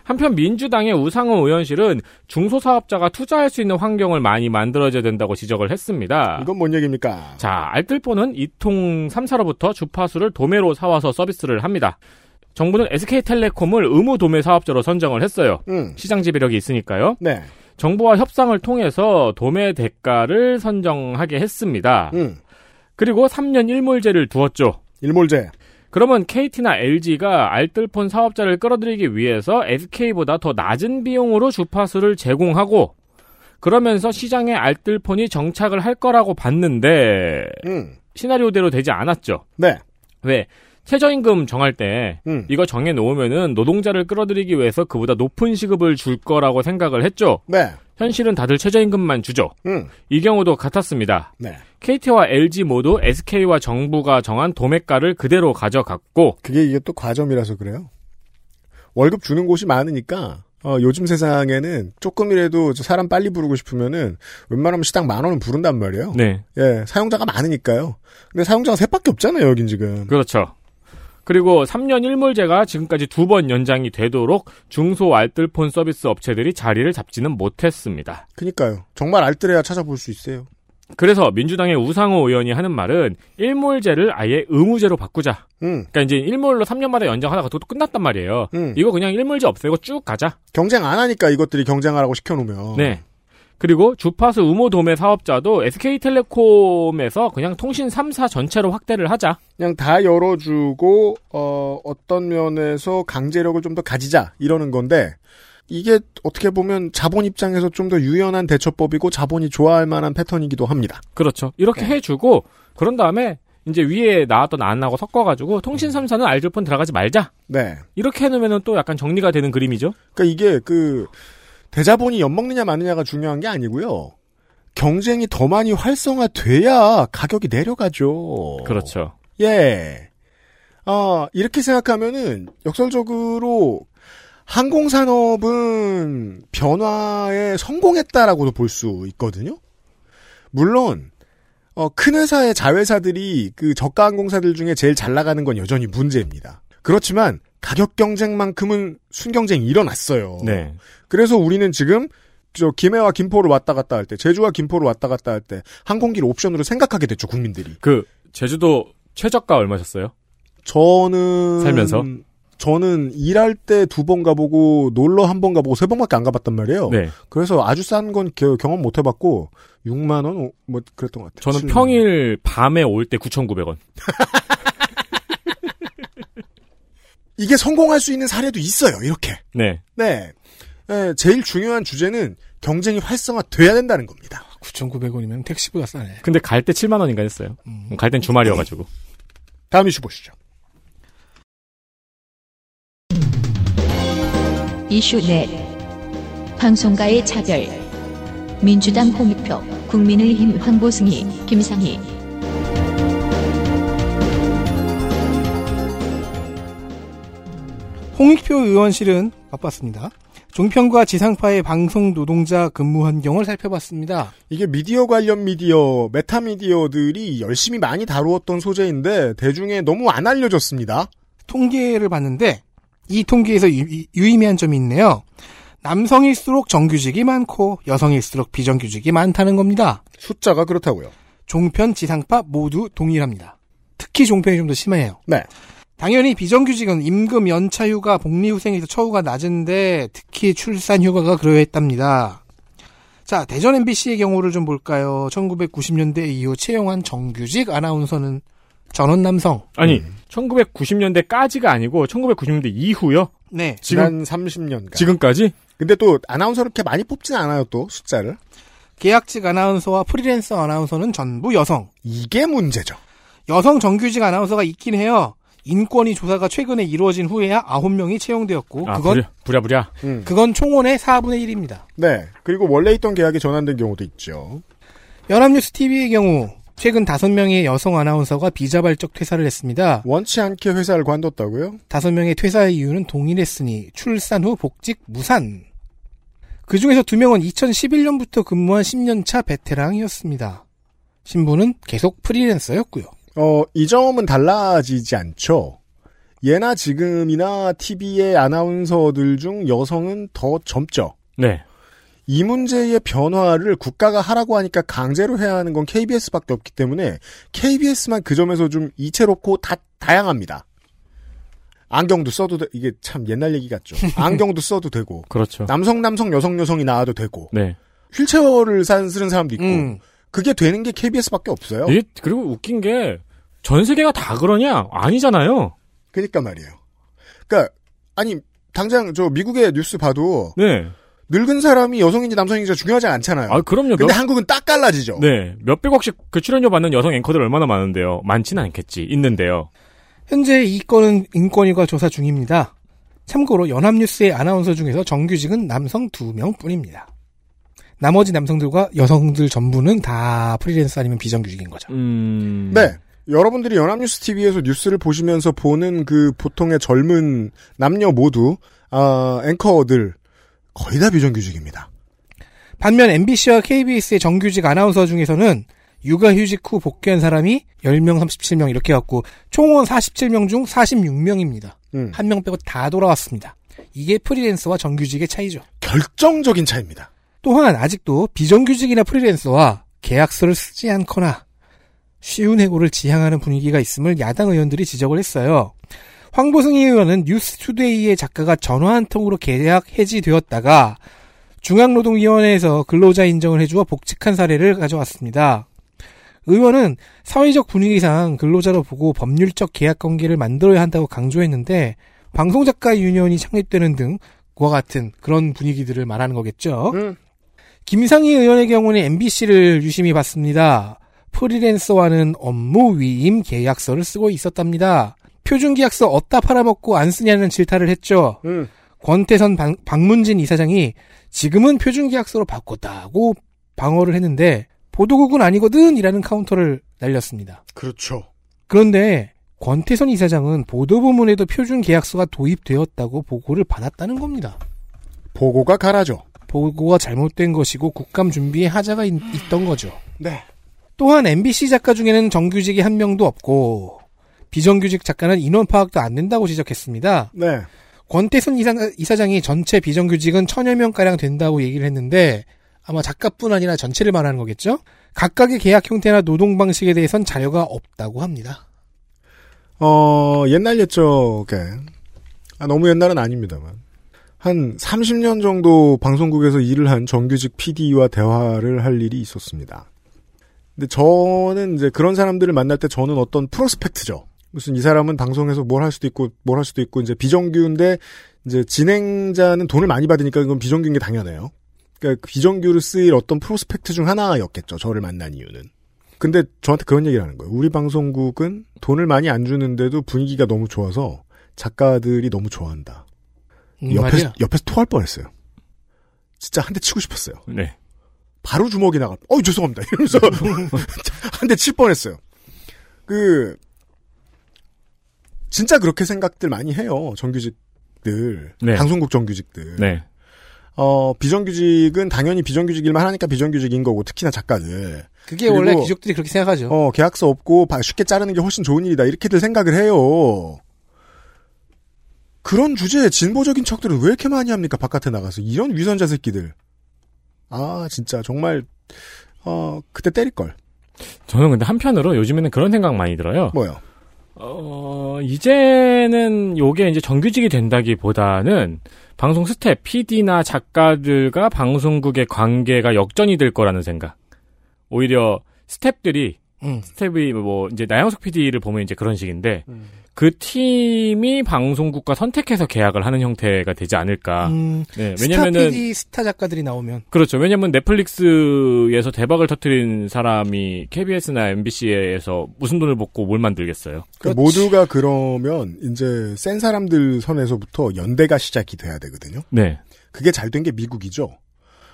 [SPEAKER 2] 한편 민주당의 우상호 의원실은 중소사업자가 투자할 수 있는 환경을 많이 만들어져야 된다고 지적을 했습니다.
[SPEAKER 3] 이건 뭔 얘기입니까?
[SPEAKER 2] 아. 자, 알뜰폰은 이통 3사로부터 주파수를 도매로 사와서 서비스를 합니다. 정부는 SK텔레콤을 의무 도매 사업자로 선정을 했어요.
[SPEAKER 3] 음.
[SPEAKER 2] 시장 지배력이 있으니까요.
[SPEAKER 3] 네.
[SPEAKER 2] 정부와 협상을 통해서 도매 대가를 선정하게 했습니다.
[SPEAKER 3] 음.
[SPEAKER 2] 그리고 3년 일몰제를 두었죠.
[SPEAKER 3] 일몰제.
[SPEAKER 2] 그러면 KT나 LG가 알뜰폰 사업자를 끌어들이기 위해서 SK보다 더 낮은 비용으로 주파수를 제공하고 그러면서 시장에 알뜰폰이 정착을 할 거라고 봤는데
[SPEAKER 3] 음.
[SPEAKER 2] 시나리오대로 되지 않았죠.
[SPEAKER 3] 네.
[SPEAKER 2] 왜? 최저임금 정할 때
[SPEAKER 3] 음.
[SPEAKER 2] 이거 정해 놓으면은 노동자를 끌어들이기 위해서 그보다 높은 시급을 줄 거라고 생각을 했죠.
[SPEAKER 3] 네.
[SPEAKER 2] 현실은 다들 최저임금만 주죠.
[SPEAKER 3] 음.
[SPEAKER 2] 이 경우도 같았습니다.
[SPEAKER 3] 네.
[SPEAKER 2] KT와 LG 모두 SK와 정부가 정한 도매가를 그대로 가져갔고
[SPEAKER 3] 그게 이게 또 과점이라서 그래요. 월급 주는 곳이 많으니까 어, 요즘 세상에는 조금이라도 저 사람 빨리 부르고 싶으면은 웬만하면 시당 만 원은 부른단 말이에요.
[SPEAKER 2] 네.
[SPEAKER 3] 예, 사용자가 많으니까요. 근데 사용자가 셋밖에 없잖아요, 여긴 지금.
[SPEAKER 2] 그렇죠. 그리고 3년 일몰제가 지금까지 두 번 연장이 되도록 중소 알뜰폰 서비스 업체들이 자리를 잡지는 못했습니다.
[SPEAKER 3] 그니까요. 정말 알뜰해야 찾아볼 수 있어요.
[SPEAKER 2] 그래서 민주당의 우상호 의원이 하는 말은 일몰제를 아예 의무제로 바꾸자.
[SPEAKER 3] 음,
[SPEAKER 2] 그러니까 이제 일몰로 3년마다 연장하다가 또 끝났단 말이에요.
[SPEAKER 3] 음.
[SPEAKER 2] 이거 그냥 일몰제 없애고 쭉 가자.
[SPEAKER 3] 경쟁 안 하니까 이것들이 경쟁하라고 시켜놓으면.
[SPEAKER 2] 네. 그리고 주파수 우모 도매 사업자도 SK텔레콤에서 그냥 통신 3사 전체로 확대를 하자.
[SPEAKER 3] 그냥 다 열어주고, 어, 어떤 면에서 강제력을 좀 더 가지자. 이러는 건데, 이게 어떻게 보면 자본 입장에서 좀 더 유연한 대처법이고 자본이 좋아할 만한 패턴이기도 합니다.
[SPEAKER 2] 그렇죠. 이렇게 해주고 그런 다음에 이제 위에 나왔던 안 나고 섞어가지고 통신 3사는 알뜰폰 들어가지 말자.
[SPEAKER 3] 네.
[SPEAKER 2] 이렇게 해놓으면 또 약간 정리가 되는 그림이죠.
[SPEAKER 3] 그러니까 이게 그 대자본이 엿먹느냐 마느냐가 중요한 게 아니고요. 경쟁이 더 많이 활성화돼야 가격이 내려가죠.
[SPEAKER 2] 그렇죠.
[SPEAKER 3] 예. 아, 이렇게 생각하면은 역설적으로 항공산업은 변화에 성공했다라고도 볼 수 있거든요. 물론, 어, 큰 회사의 자회사들이 그 저가 항공사들 중에 제일 잘 나가는 건 여전히 문제입니다. 그렇지만 가격 경쟁만큼은 순경쟁이 일어났어요.
[SPEAKER 2] 네.
[SPEAKER 3] 그래서 우리는 지금 저 김해와 김포를 왔다 갔다 할 때, 제주와 김포를 왔다 갔다 할 때 항공기를 옵션으로 생각하게 됐죠, 국민들이.
[SPEAKER 2] 그 제주도 최저가 얼마셨어요?
[SPEAKER 3] 저는
[SPEAKER 2] 살면서?
[SPEAKER 3] 저는 일할 때 두 번 가보고 놀러 한 번 가보고 세 번밖에 안 가봤단 말이에요.
[SPEAKER 2] 네.
[SPEAKER 3] 그래서 아주 싼 건 경험 못 해봤고 6만 원 뭐 그랬던 것 같아요.
[SPEAKER 2] 저는
[SPEAKER 3] 7만 원.
[SPEAKER 2] 평일 밤에 올 때 9,900원.
[SPEAKER 3] 이게 성공할 수 있는 사례도 있어요. 이렇게
[SPEAKER 2] 네.
[SPEAKER 3] 네 예, 제일 중요한 주제는 경쟁이 활성화돼야 된다는 겁니다.
[SPEAKER 4] 9,900원이면 택시보다 싸네.
[SPEAKER 2] 근데 갈 때 7만 원인가 했어요. 갈 땐 주말이어가지고.
[SPEAKER 3] 다음 이슈 보시죠.
[SPEAKER 1] 이슈 넷 방송가의 차별 민주당 홍익표 국민의힘 황보승희 김상희
[SPEAKER 4] 홍익표 의원실은 바빴습니다. 종편과 지상파의 방송 노동자 근무 환경을 살펴봤습니다.
[SPEAKER 3] 이게 미디어 관련 미디어, 메타 미디어들이 열심히 많이 다루었던 소재인데 대중에 너무 안 알려졌습니다.
[SPEAKER 4] 통계를 봤는데 이 통계에서 유, 의미한 점이 있네요. 남성일수록 정규직이 많고 여성일수록 비정규직이 많다는 겁니다.
[SPEAKER 3] 숫자가 그렇다고요.
[SPEAKER 4] 종편, 지상파 모두 동일합니다. 특히 종편이 좀 더 심해요.
[SPEAKER 3] 네.
[SPEAKER 4] 당연히 비정규직은 임금, 연차휴가, 복리후생에서 처우가 낮은데 특히 출산휴가가 그러했답니다. 자, 대전 MBC의 경우를 좀 볼까요? 1990년대 이후 채용한 정규직 아나운서는 전원 남성.
[SPEAKER 2] 아니, 1990년대까지가 아니고 1990년대 이후요?
[SPEAKER 4] 네.
[SPEAKER 3] 지난 30년간.
[SPEAKER 2] 지금까지?
[SPEAKER 3] 근데 또 아나운서를 이렇게 많이 뽑진 않아요 또 숫자를
[SPEAKER 4] 계약직 아나운서와 프리랜서 아나운서는 전부 여성.
[SPEAKER 3] 이게 문제죠
[SPEAKER 4] 여성 정규직 아나운서가 있긴 해요. 인권위 조사가 최근에 이루어진 후에야 9명이 채용되었고
[SPEAKER 2] 아,
[SPEAKER 4] 어, 그건
[SPEAKER 2] 부랴, 부랴부랴.
[SPEAKER 3] 음.
[SPEAKER 4] 그건 총원의 4분의 1입니다.
[SPEAKER 3] 네. 그리고 원래 있던 계약이 전환된 경우도 있죠.
[SPEAKER 4] 연합뉴스 TV의 경우 최근 5명의 여성 아나운서가 비자발적 퇴사를 했습니다.
[SPEAKER 3] 원치 않게 회사를 관뒀다고요?
[SPEAKER 4] 5명의 퇴사의 이유는 동일했으니 출산 후 복직 무산. 그 중에서 2명은 2011년부터 근무한 10년차 베테랑이었습니다. 신부는 계속 프리랜서였고요.
[SPEAKER 3] 어, 이 점은 달라지지 않죠. 예나 지금이나 TV의 아나운서들 중 여성은 더 젊죠.
[SPEAKER 2] 네.
[SPEAKER 3] 이 문제의 변화를 국가가 하라고 하니까 강제로 해야 하는 건 KBS밖에 없기 때문에 KBS만 그 점에서 좀 이채롭고 다 다양합니다. 안경도 써도 돼- 이게 참 옛날
[SPEAKER 2] [LAUGHS]
[SPEAKER 3] 얘기 같죠. 안경도 써도 되고
[SPEAKER 2] 그렇죠.
[SPEAKER 3] 남성 남성 여성 여성이 나와도 되고
[SPEAKER 2] 네.
[SPEAKER 3] 휠체어를 산 쓰는 사람도 있고
[SPEAKER 4] 음.
[SPEAKER 3] 그게 되는 게 KBS밖에 없어요.
[SPEAKER 2] 이게 그리고 웃긴 게 전 세계가 다 그러냐? 아니잖아요.
[SPEAKER 3] 그러니까 말이에요. 그러니까 아니 당장 저 미국의 뉴스 봐도
[SPEAKER 2] 네.
[SPEAKER 3] 늙은 사람이 여성인지 남성인지 중요하지 않잖아요.
[SPEAKER 2] 아, 그럼요.
[SPEAKER 3] 근데
[SPEAKER 2] 몇,
[SPEAKER 3] 한국은 딱 갈라지죠.
[SPEAKER 2] 네. 몇백억씩 그 출연료 받는 여성 앵커들 얼마나 많은데요. 많지는 않겠지. 있는데요.
[SPEAKER 4] 현재 이 건은 인권위가 조사 중입니다. 참고로 연합뉴스의 아나운서 중에서 정규직은 남성 2명 뿐입니다. 나머지 남성들과 여성들 전부는 다 프리랜서 아니면 비정규직인 거죠.
[SPEAKER 2] 음.
[SPEAKER 3] 네. 여러분들이 연합뉴스 TV에서 뉴스를 보시면서 보는 그 보통의 젊은 남녀 모두 아, 앵커들 거의 다 비정규직입니다.
[SPEAKER 4] 반면 MBC와 KBS의 정규직 아나운서 중에서는 육아휴직 후 복귀한 사람이 10명, 37명 이렇게 갖고 총원 47명 중 46명입니다.
[SPEAKER 3] 음.
[SPEAKER 4] 한 명 빼고 다 돌아왔습니다. 이게 프리랜서와 정규직의 차이죠.
[SPEAKER 3] 결정적인 차이입니다.
[SPEAKER 4] 또한 아직도 비정규직이나 프리랜서와 계약서를 쓰지 않거나 쉬운 해고를 지향하는 분위기가 있음을 야당 의원들이 지적을 했어요. 황보승희 의원은 뉴스투데이의 작가가 전화 한 통으로 계약 해지되었다가 중앙노동위원회에서 근로자 인정을 해주어 복직한 사례를 가져왔습니다. 의원은 사회적 분위기상 근로자로 보고 법률적 계약 관계를 만들어야 한다고 강조했는데 방송작가 유니온이 창립되는 등 그와 같은 그런 분위기들을 말하는 거겠죠.
[SPEAKER 3] 음.
[SPEAKER 4] 김상희 의원의 경우는 MBC를 유심히 봤습니다. 프리랜서와는 업무 위임 계약서를 쓰고 있었답니다. 표준 계약서 어디다 팔아먹고 안 쓰냐는 질타를 했죠.
[SPEAKER 3] 음.
[SPEAKER 4] 권태선 방, 박문진 이사장이 지금은 표준 계약서로 바꿨다고 방어를 했는데 보도국은 아니거든이라는 카운터를 날렸습니다.
[SPEAKER 3] 그렇죠.
[SPEAKER 4] 그런데 권태선 이사장은 보도부문에도 표준 계약서가 도입되었다고 보고를 받았다는 겁니다.
[SPEAKER 3] 보고가 가라죠.
[SPEAKER 4] 보고가 잘못된 것이고 국감 준비에 하자가 있, 던 거죠.
[SPEAKER 3] 네.
[SPEAKER 4] 또한 MBC 작가 중에는 정규직이 한 명도 없고 비정규직 작가는 인원 파악도 안 된다고 지적했습니다.
[SPEAKER 3] 네.
[SPEAKER 4] 권태순 이사, 이사장이 전체 비정규직은 천여 명가량 된다고 얘기를 했는데 아마 작가뿐 아니라 전체를 말하는 거겠죠? 각각의 계약 형태나 노동 방식에 대해선 자료가 없다고 합니다.
[SPEAKER 3] 어, 옛날 옛적에, 아, 너무 옛날은 아닙니다만. 한 30년 정도 방송국에서 일을 한 정규직 PD와 대화를 할 일이 있었습니다. 근데 저는 이제 그런 사람들을 만날 때 저는 어떤 프로스펙트죠. 무슨 이 사람은 방송에서 뭘 할 수도 있고, 뭘 할 수도 있고, 이제 비정규인데, 이제 진행자는 돈을 많이 받으니까 이건 비정규인 게 당연해요. 그러니까 비정규를 쓰일 어떤 프로스펙트 중 하나였겠죠. 저를 만난 이유는. 근데 저한테 그런 얘기를 하는 거예요. 우리 방송국은 돈을 많이 안 주는데도 분위기가 너무 좋아서 작가들이 너무 좋아한다.
[SPEAKER 4] 음,
[SPEAKER 3] 옆에서,
[SPEAKER 4] 말이야.
[SPEAKER 3] 옆에서 토할 뻔했어요. 진짜 한 대 치고 싶었어요.
[SPEAKER 2] 네.
[SPEAKER 3] 바로 주먹이 나가. 어 죄송합니다. [LAUGHS] 이러면서 한 대 칠 뻔했어요. 그 진짜 그렇게 생각들 많이 해요. 정규직들,
[SPEAKER 2] 네.
[SPEAKER 3] 방송국 정규직들.
[SPEAKER 2] 네.
[SPEAKER 3] 어 비정규직은 당연히 비정규직일만 하니까 비정규직인 거고 특히나 작가들.
[SPEAKER 4] 그게 원래
[SPEAKER 3] 그리고-
[SPEAKER 4] 귀족들이 그렇게 생각하죠.
[SPEAKER 3] 어, 계약서 없고 바- 쉽게 자르는 게 훨씬 좋은 일이다. 이렇게들 생각을 해요. 그런 주제에 진보적인 척들은 왜 이렇게 많이 합니까? 바깥에 나가서. 이런 위선자 새끼들. 아, 진짜, 정말, 어, 그때 때릴걸.
[SPEAKER 2] 저는 근데 한편으로 요즘에는 그런 생각 많이 들어요.
[SPEAKER 3] 뭐요?
[SPEAKER 2] 어, 이제는 요게 이제 정규직이 된다기보다는 방송 스텝, PD나 작가들과 방송국의 관계가 역전이 될 거라는 생각. 오히려 스텝들이
[SPEAKER 4] 음. 음.
[SPEAKER 2] 스텝이 뭐 이제 나영석 PD를 보면 이제 그런 식인데 그 팀이 방송국과 선택해서 계약을 하는 형태가 되지 않을까.
[SPEAKER 4] 음,
[SPEAKER 2] 네,
[SPEAKER 4] 스타
[SPEAKER 2] 왜냐면은
[SPEAKER 4] PD, 스타 작가들이 나오면
[SPEAKER 2] 그렇죠. 왜냐면 넷플릭스에서 대박을 터뜨린 사람이 KBS나 MBC에서 무슨 돈을 먹고 뭘 만들겠어요.
[SPEAKER 3] 그 모두가 그러면 이제 센 사람들 선에서부터 연대가 시작이 돼야 되거든요.
[SPEAKER 2] 네.
[SPEAKER 3] 그게 잘 된 게 미국이죠.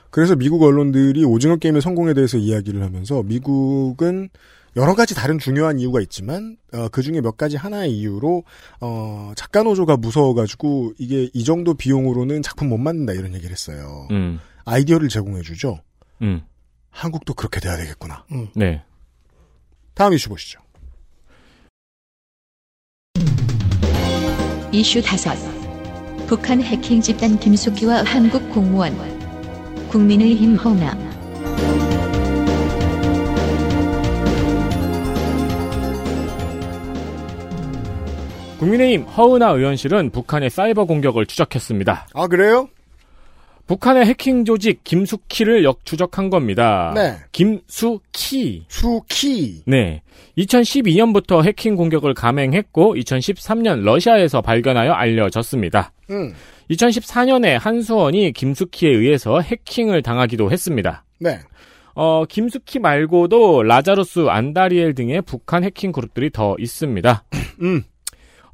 [SPEAKER 3] 그래서 미국 언론들이 오징어 게임의 성공에 대해서 이야기를 하면서 미국은 여러 가지 다른 중요한 이유가 있지만 그 중에 몇 가지 하나의 이유로 어, 작가 노조가 무서워가지고 이게 이 정도 비용으로는 작품 못 만든다 이런 얘기를 했어요.
[SPEAKER 2] 음.
[SPEAKER 3] 아이디어를 제공해주죠.
[SPEAKER 2] 음.
[SPEAKER 3] 한국도 그렇게 돼야 되겠구나.
[SPEAKER 2] 네.
[SPEAKER 3] 다음 이슈 보시죠.
[SPEAKER 1] 이슈 다섯. 북한 해킹 집단 김숙희와 한국 공무원. 국민의힘 허나.
[SPEAKER 2] 국민의힘 허은하 의원실은 북한의 사이버 공격을 추적했습니다.
[SPEAKER 3] 아 그래요?
[SPEAKER 2] 북한의 해킹 조직 김수키를 역추적한 겁니다.
[SPEAKER 3] 네.
[SPEAKER 2] 김수키.
[SPEAKER 3] 수키
[SPEAKER 2] 네. 2012년부터 해킹 공격을 감행했고 2013년 러시아에서 발견하여 알려졌습니다.
[SPEAKER 3] 음.
[SPEAKER 2] 2014년에 한수원이 김수키에 의해서 해킹을 당하기도 했습니다.
[SPEAKER 3] 네.
[SPEAKER 2] 어, 김숙희 말고도 라자루스, 안다리엘 등의 북한 해킹 그룹들이 더 있습니다.
[SPEAKER 3] 음.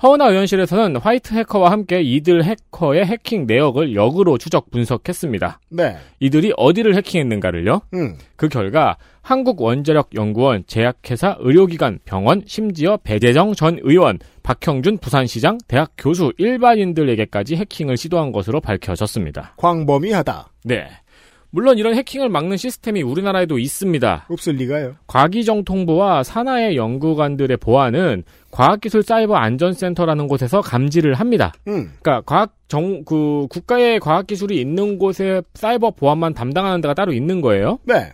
[SPEAKER 2] 허은하 의원실에서는 화이트 해커와 함께 이들 해커의 해킹 내역을 역으로 추적 분석했습니다.
[SPEAKER 3] 네.
[SPEAKER 2] 이들이 어디를 해킹했는가를요.
[SPEAKER 3] 음.
[SPEAKER 2] 그 결과 한국원자력연구원, 제약회사, 의료기관, 병원, 심지어 배재정 전 의원, 박형준 부산시장, 대학 교수, 일반인들에게까지 해킹을 시도한 것으로 밝혀졌습니다.
[SPEAKER 3] 광범위하다.
[SPEAKER 2] 네. 물론 이런 해킹을 막는 시스템이 우리나라에도 있습니다.
[SPEAKER 3] 없을 리가요.
[SPEAKER 2] 과기정통부와 산하의 연구관들의 보안은 과학기술 사이버 안전센터라는 곳에서 감지를 합니다.
[SPEAKER 3] 음.
[SPEAKER 2] 그러니까 과학 정, 그 국가의 과학기술이 있는 곳에 사이버 보안만 담당하는 데가 따로 있는 거예요.
[SPEAKER 3] 네.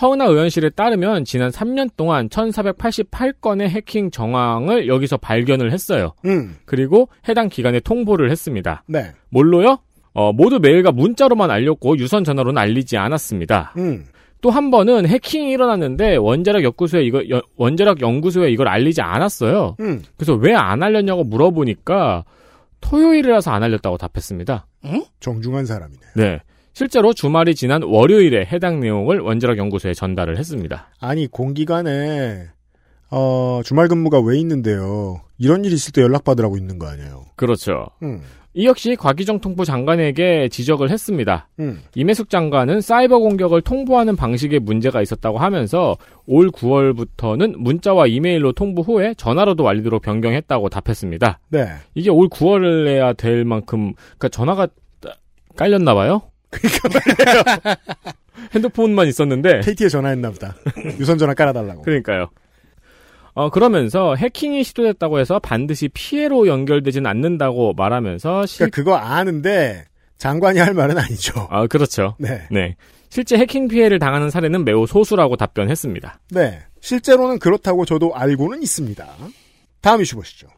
[SPEAKER 2] 허은하 의원실에 따르면 지난 3년 동안 1,488건의 해킹 정황을 여기서 발견을 했어요.
[SPEAKER 3] 음.
[SPEAKER 2] 그리고 해당 기관에 통보를 했습니다.
[SPEAKER 3] 네.
[SPEAKER 2] 뭘로요? 어, 모두 메일과 문자로만 알렸고 유선 전화로는 알리지 않았습니다.
[SPEAKER 3] 음.
[SPEAKER 2] 또 한 번은 해킹이 일어났는데 원자력 연구소에 이거 여- 원자력 연구소에 이걸 알리지 않았어요.
[SPEAKER 3] 음.
[SPEAKER 2] 그래서 왜 안 알렸냐고 물어보니까 토요일이라서 안 알렸다고 답했습니다.
[SPEAKER 3] 정중한 사람이네.
[SPEAKER 2] 네. 실제로 주말이 지난 월요일에 해당 내용을 원자력 연구소에 전달을 했습니다.
[SPEAKER 3] 아니 공기관에 어, 주말 근무가 왜 있는데요? 이런 일 있을 때 연락 받으라고 있는 거 아니에요?
[SPEAKER 2] 그렇죠.
[SPEAKER 3] 음.
[SPEAKER 2] 이 역시 과기정통부 장관에게 지적을 했습니다.
[SPEAKER 3] 음.
[SPEAKER 2] 임혜숙 장관은 사이버 공격을 통보하는 방식에 문제가 있었다고 하면서 올 9월부터는 문자와 이메일로 통보 후에 전화로도 알리도록 변경했다고 답했습니다.
[SPEAKER 3] 네.
[SPEAKER 2] 이게 올 9월을 해야 될 만큼 그러니까 전화가 따- 깔렸나 봐요. 그러니까 [LAUGHS] 핸드폰만 있었는데
[SPEAKER 3] KT에 전화했나 보다. 유선 전화 깔아달라고.
[SPEAKER 2] 그러니까요. 어 그러면서 해킹이 시도됐다고 해서 반드시 피해로 연결되진 않는다고 말하면서 실...
[SPEAKER 3] 그러니까 그거 아는데 장관이 할 말은 아니죠.
[SPEAKER 2] 아 그렇죠.
[SPEAKER 3] 네.
[SPEAKER 2] 네. 실제 해킹 피해를 당하는 사례는 매우 소수라고 답변했습니다.
[SPEAKER 3] 네. 실제로는 그렇다고 저도 알고는 있습니다. 다음 이슈 보시죠.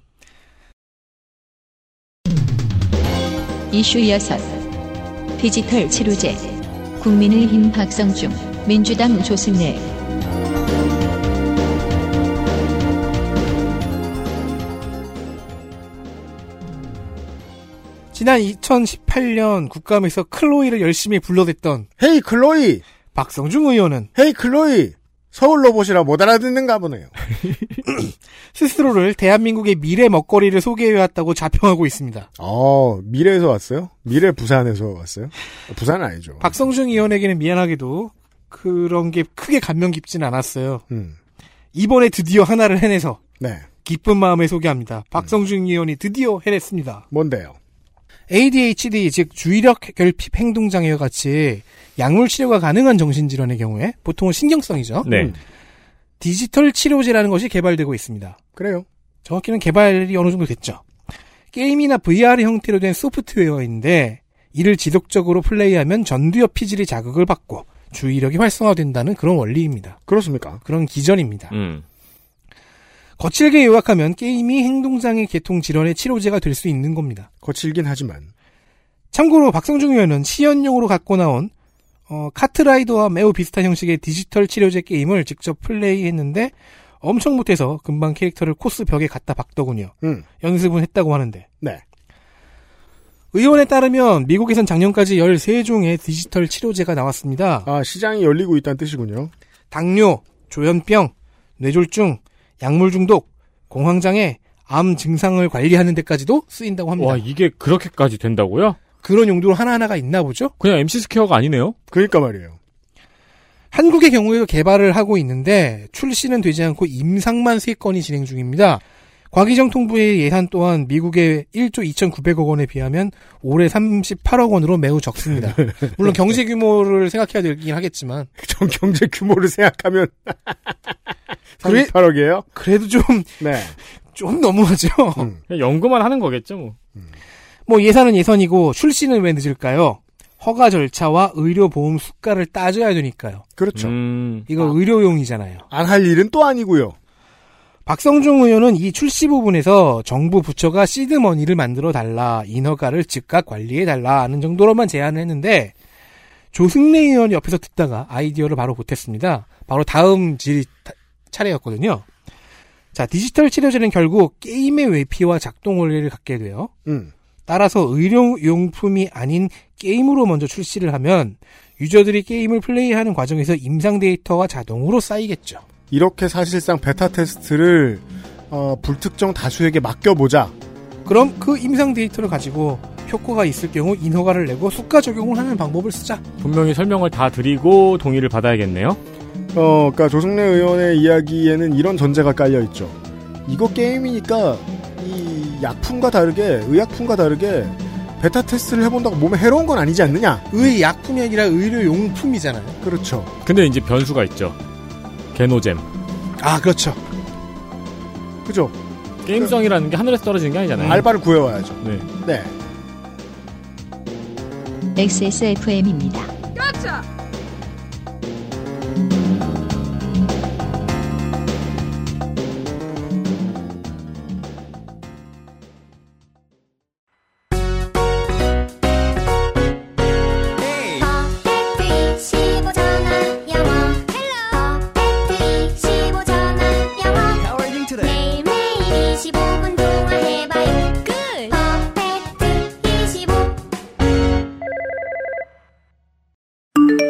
[SPEAKER 1] 이슈 여섯. 디지털 치료제. 국민의힘 박성중, 민주당 조승래.
[SPEAKER 4] 지난 2018년 국감에서 클로이를 열심히 불러댔던
[SPEAKER 3] 헤이 클로이,
[SPEAKER 4] 박성중 의원은
[SPEAKER 3] 헤이 클로이. 서울 로봇이라 못 알아듣는가 보네요.
[SPEAKER 4] 스스로를 대한민국의 미래 먹거리를 소개해왔다고 자평하고 있습니다.
[SPEAKER 3] 어, 미래에서 왔어요? 미래 부산에서 왔어요? 부산 은 아니죠.
[SPEAKER 4] 박성중 의원에게는 미안하게도 그런 게 크게 감명 깊진 않았어요.
[SPEAKER 3] 음.
[SPEAKER 4] 이번에 드디어 하나를 해내서
[SPEAKER 3] 네.
[SPEAKER 4] 기쁜 마음에 소개합니다. 박성중 의원이 드디어 해냈습니다.
[SPEAKER 3] 뭔데요?
[SPEAKER 4] ADHD 즉 주의력 결핍 행동 장애와 같이 약물 치료가 가능한 정신 질환의 경우에 보통은
[SPEAKER 3] 아,
[SPEAKER 4] 신경성이죠.
[SPEAKER 2] 네.
[SPEAKER 4] 디지털 치료제라는 것이 개발되고 있습니다.
[SPEAKER 3] 그래요.
[SPEAKER 4] 정확히는 개발이 어느 정도 됐죠. 게임이나 VR 형태로 된 소프트웨어인데 이를 지속적으로 플레이하면 전두엽 피질이 자극을 받고 주의력이 활성화된다는 그런 원리입니다.
[SPEAKER 3] 그렇습니까?
[SPEAKER 4] 그런 기전입니다.
[SPEAKER 2] 음.
[SPEAKER 4] 거칠게 요약하면 게임이 행동장애 개통 질환의 치료제가 될 수 있는 겁니다.
[SPEAKER 3] 거칠긴 하지만.
[SPEAKER 4] 참고로 박성중 의원은 시연용으로 갖고 나온 어, 카트라이더와 매우 비슷한 형식의 디지털 치료제 게임을 직접 플레이했는데 엄청 못해서 금방 캐릭터를 코스 벽에 갖다 박더군요.
[SPEAKER 3] 음.
[SPEAKER 4] 연습은 했다고 하는데.
[SPEAKER 3] 네.
[SPEAKER 4] 의원에 따르면 미국에선 작년까지 13종의 디지털 치료제가 나왔습니다.
[SPEAKER 3] 아, 시장이 열리고 있다는 뜻이군요.
[SPEAKER 4] 당뇨, 조현병, 뇌졸중, 약물 중독, 공황장애, 암 증상을 관리하는 데까지도 쓰인다고 합니다.
[SPEAKER 2] 와, 이게 그렇게까지 된다고요?
[SPEAKER 4] 그런 용도로 하나하나가 있나 보죠?
[SPEAKER 2] 그냥 MC 스퀘어가 아니네요?
[SPEAKER 3] 그러니까 말이에요. [LAUGHS]
[SPEAKER 4] 한국의 경우에도 개발을 하고 있는데 출시는 되지 않고 임상만 3건이 진행 중입니다. 과기정통부의 예산 또한 미국의 1조 2,900억 원에 비하면 올해 38억 원으로 매우 적습니다. 물론 경제 규모를 생각해야 되긴 하겠지만
[SPEAKER 3] 전 경제 규모를 생각하면 [LAUGHS]
[SPEAKER 4] 그래-
[SPEAKER 3] 38억이에요?
[SPEAKER 4] 그래도 좀 좀
[SPEAKER 3] 네.
[SPEAKER 4] 너무하죠.
[SPEAKER 3] 음.
[SPEAKER 2] 그냥 연구만 하는 거겠죠, 뭐.
[SPEAKER 4] [LAUGHS] 뭐 예산은 예산이고 출시는 왜 늦을까요? 허가 절차와 의료보험 수가를 따져야 되니까요.
[SPEAKER 3] 그렇죠.
[SPEAKER 2] 음.
[SPEAKER 4] 이거 의료용이잖아요.
[SPEAKER 3] 안 할 일은 또 아니고요.
[SPEAKER 4] 박성중 의원은 이 출시 부분에서 정부 부처가 시드머니를 만들어 달라, 인허가를 즉각 관리해 달라 하는 정도로만 제안을 했는데 조승래 의원이 옆에서 듣다가 아이디어를 바로 보탰습니다. 바로 다음 질 타- 차례였거든요. 자, 디지털 치료제는 결국 게임의 외피와 작동 원리를 갖게 돼요.
[SPEAKER 3] 음.
[SPEAKER 4] 따라서 의료용품이 아닌 게임으로 먼저 출시를 하면 유저들이 게임을 플레이하는 과정에서 임상 데이터가 자동으로 쌓이겠죠.
[SPEAKER 3] 이렇게 사실상 베타 테스트를 어, 불특정 다수에게 맡겨보자.
[SPEAKER 4] 그럼 그 임상 데이터를 가지고 효과가 있을 경우 인허가를 내고 수가 적용을 하는 방법을 쓰자.
[SPEAKER 2] 분명히 설명을 다 드리고 동의를 받아야겠네요.
[SPEAKER 3] 어, 그러니까 조승래 의원의 이야기에는 이런 전제가 깔려 있죠. 이거 게임이니까 이 약품과 다르게 의약품과 다르게 베타 테스트를 해본다고 몸에 해로운 건 아니지 않느냐?
[SPEAKER 4] 의약품이 아니라 의료용품이잖아요.
[SPEAKER 3] 그렇죠.
[SPEAKER 2] 근데 이제 변수가 있죠. 개노잼.
[SPEAKER 4] 아, 그렇죠.
[SPEAKER 3] 그죠?
[SPEAKER 2] 게임성이라는 게 하늘에서 떨어지는 게 아니잖아요.
[SPEAKER 3] 알바를 구해와야죠.
[SPEAKER 2] 네.
[SPEAKER 3] 네.
[SPEAKER 1] XSFM입니다.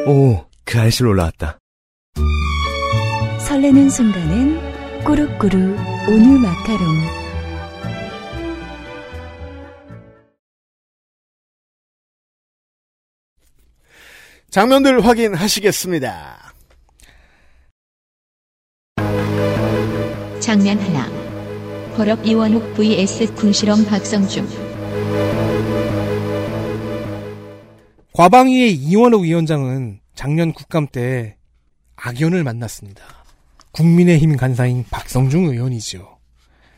[SPEAKER 8] 오, 그 알실 올라왔다.
[SPEAKER 7] 설레는 순간은 꾸룩꾸룩 온유 마카롱.
[SPEAKER 3] 장면들 확인하시겠습니다.
[SPEAKER 1] 장면 하나. 버럭 이원욱 vs 궁실험 박성중.
[SPEAKER 4] 과방위의 이원욱 위원장은 작년 국감 때 악연을 만났습니다. 국민의힘 간사인 박성중 의원이죠.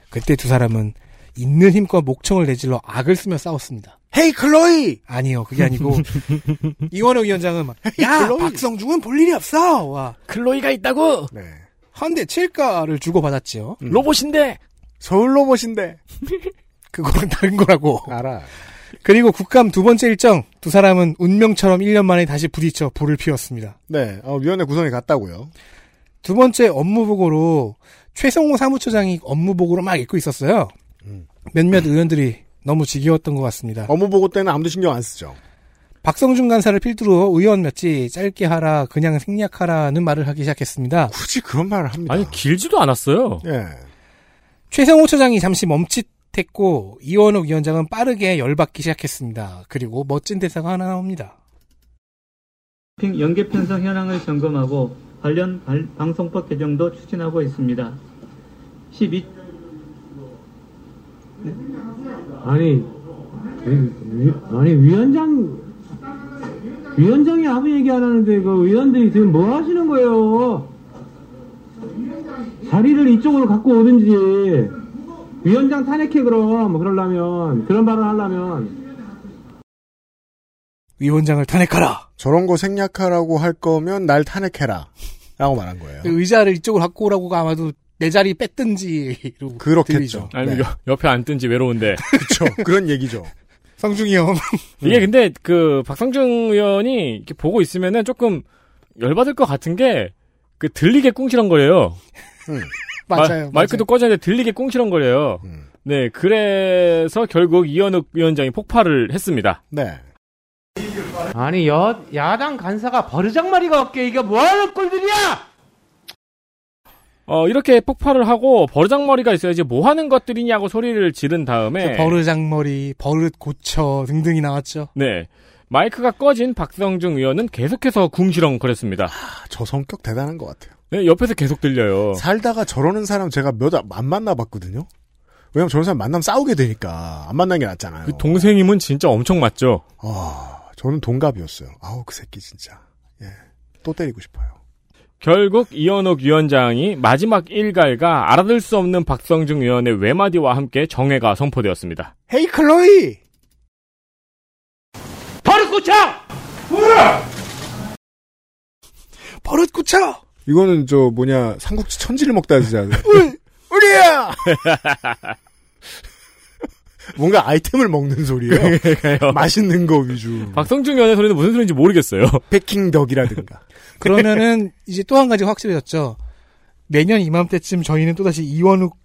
[SPEAKER 4] 그때 두 사람은 있는 힘과 목청을 내질러 악을 쓰며 싸웠습니다.
[SPEAKER 3] 헤이 클로이!
[SPEAKER 4] 아니요,
[SPEAKER 3] [LAUGHS]
[SPEAKER 4] 그게 아니고 이원욱 위원장은 막, 야, 박성중은 볼 일이 없어. 와,
[SPEAKER 2] 클로이가 있다고!
[SPEAKER 3] 네.
[SPEAKER 4] 한 대 칠까를 주고받았지요.
[SPEAKER 2] 음. 로봇인데!
[SPEAKER 3] 서울 로봇인데.
[SPEAKER 4] 그거는 다른 거라고.
[SPEAKER 3] 알아.
[SPEAKER 4] 그리고 국감 두 번째 일정, 두 사람은 운명처럼 1년 만에 다시 부딪혀 불을 피웠습니다.
[SPEAKER 3] 네. 어, 위원회 구성이 같다고요.
[SPEAKER 4] 두 번째 업무복으로 최성호 사무처장이 업무복으로 막 입고 있었어요.
[SPEAKER 3] 음.
[SPEAKER 4] 몇몇 의원들이 너무 지겨웠던 것 같습니다.
[SPEAKER 3] 업무 보고 때는 아무도 신경 안 쓰죠.
[SPEAKER 4] 박성준 간사를 필두로 의원 몇지 짧게 하라, 그냥 생략하라는 말을 하기 시작했습니다.
[SPEAKER 3] 굳이 그런 말을 합니다.
[SPEAKER 2] 아니, 길지도 않았어요.
[SPEAKER 3] 예.
[SPEAKER 4] 최성호 처장이 잠시 멈칫했고 이원욱 위원장은 빠르게 열받기 시작했습니다. 그리고 멋진 대사가 하나 나옵니다.
[SPEAKER 9] 캠핑 연계 편성 현황을 점검하고 관련 발- 방송법 개정도 추진하고 있습니다. 12 네? 아니 아니 위원장 위원장이 아무 얘기 안 하는데 그 위원들이 지금 뭐 하시는 거예요? 자리를 이쪽으로 갖고 오든지 위원장 탄핵해 그럼 그러려면 그런 발언 하려면
[SPEAKER 4] 위원장을 탄핵하라.
[SPEAKER 3] 저런 거 생략하라고 할 거면 날 탄핵해라. 라고 말한 거예요.
[SPEAKER 4] 의자를 이쪽으로 갖고 오라고 아마도 내 자리 뺐든지 이러고
[SPEAKER 3] 그렇겠죠.
[SPEAKER 4] 들리죠.
[SPEAKER 2] 아니면 [LAUGHS] 옆- 옆에 앉든지 외로운데.
[SPEAKER 3] 그렇죠. 그런 얘기죠. 음.
[SPEAKER 4] 성중이 형
[SPEAKER 2] 이게 근데 그 박성중 의원이 이렇게 보고 있으면은 조금 열받을 것 같은 게 그 들리게 꿍시렁거려요.
[SPEAKER 3] 음.
[SPEAKER 4] 맞아요.
[SPEAKER 2] 마, 이크도 꺼졌는데 들리게 꽁치렁거려요.
[SPEAKER 3] 음.
[SPEAKER 2] 네, 그래서 결국 이현욱 위원장이 폭발을 했습니다.
[SPEAKER 3] 네.
[SPEAKER 10] 아니 여, 야당 간사가 버르장머리가 없게 이게 뭐하는 꼴들이야!
[SPEAKER 2] 어, 이렇게 폭발을 하고 버르장머리가 있어야지 뭐 하는 것들이냐고 소리를 지른 다음에
[SPEAKER 4] 버르장머리, 버릇 고쳐 등등이 나왔죠.
[SPEAKER 2] 네. 마이크가 꺼진 박성중 의원은 계속해서 궁시렁거렸습니다.
[SPEAKER 3] 아, 저 성격 대단한 것 같아요.
[SPEAKER 2] 네, 옆에서 계속 들려요.
[SPEAKER 3] 살다가 저러는 사람 제가 몇 안 만나봤거든요. 왜냐면 저런 사람 만나면 싸우게 되니까 안 만나는 게 낫잖아요.
[SPEAKER 2] 그 동생임은 진짜 엄청 맞죠?
[SPEAKER 3] 아, 저는 동갑이었어요. 아우 그 새끼 진짜. 예, 또 때리고 싶어요.
[SPEAKER 2] 결국 이현욱 위원장이 마지막 일갈과 알아들 수 없는 박성중 의원의 외마디와 함께 정회가 선포되었습니다.
[SPEAKER 3] 헤이 클로이.
[SPEAKER 10] 버릇 고쳐!
[SPEAKER 4] 버릇 고쳐!
[SPEAKER 3] 이거는 저 뭐냐 삼국지 천지를 먹다 하잖아요. [LAUGHS] 우리야. [LAUGHS] 뭔가 아이템을 먹는 소리예요. [LAUGHS] 맛있는 거 위주.
[SPEAKER 2] [LAUGHS] 박성중 의원의 소리는 무슨 소리인지 모르겠어요.
[SPEAKER 3] 백킹 덕이라든가.
[SPEAKER 4] 그러면은 이제 또 한 가지 확실해졌죠. 내년 이맘때쯤 저희는 또다시 이원욱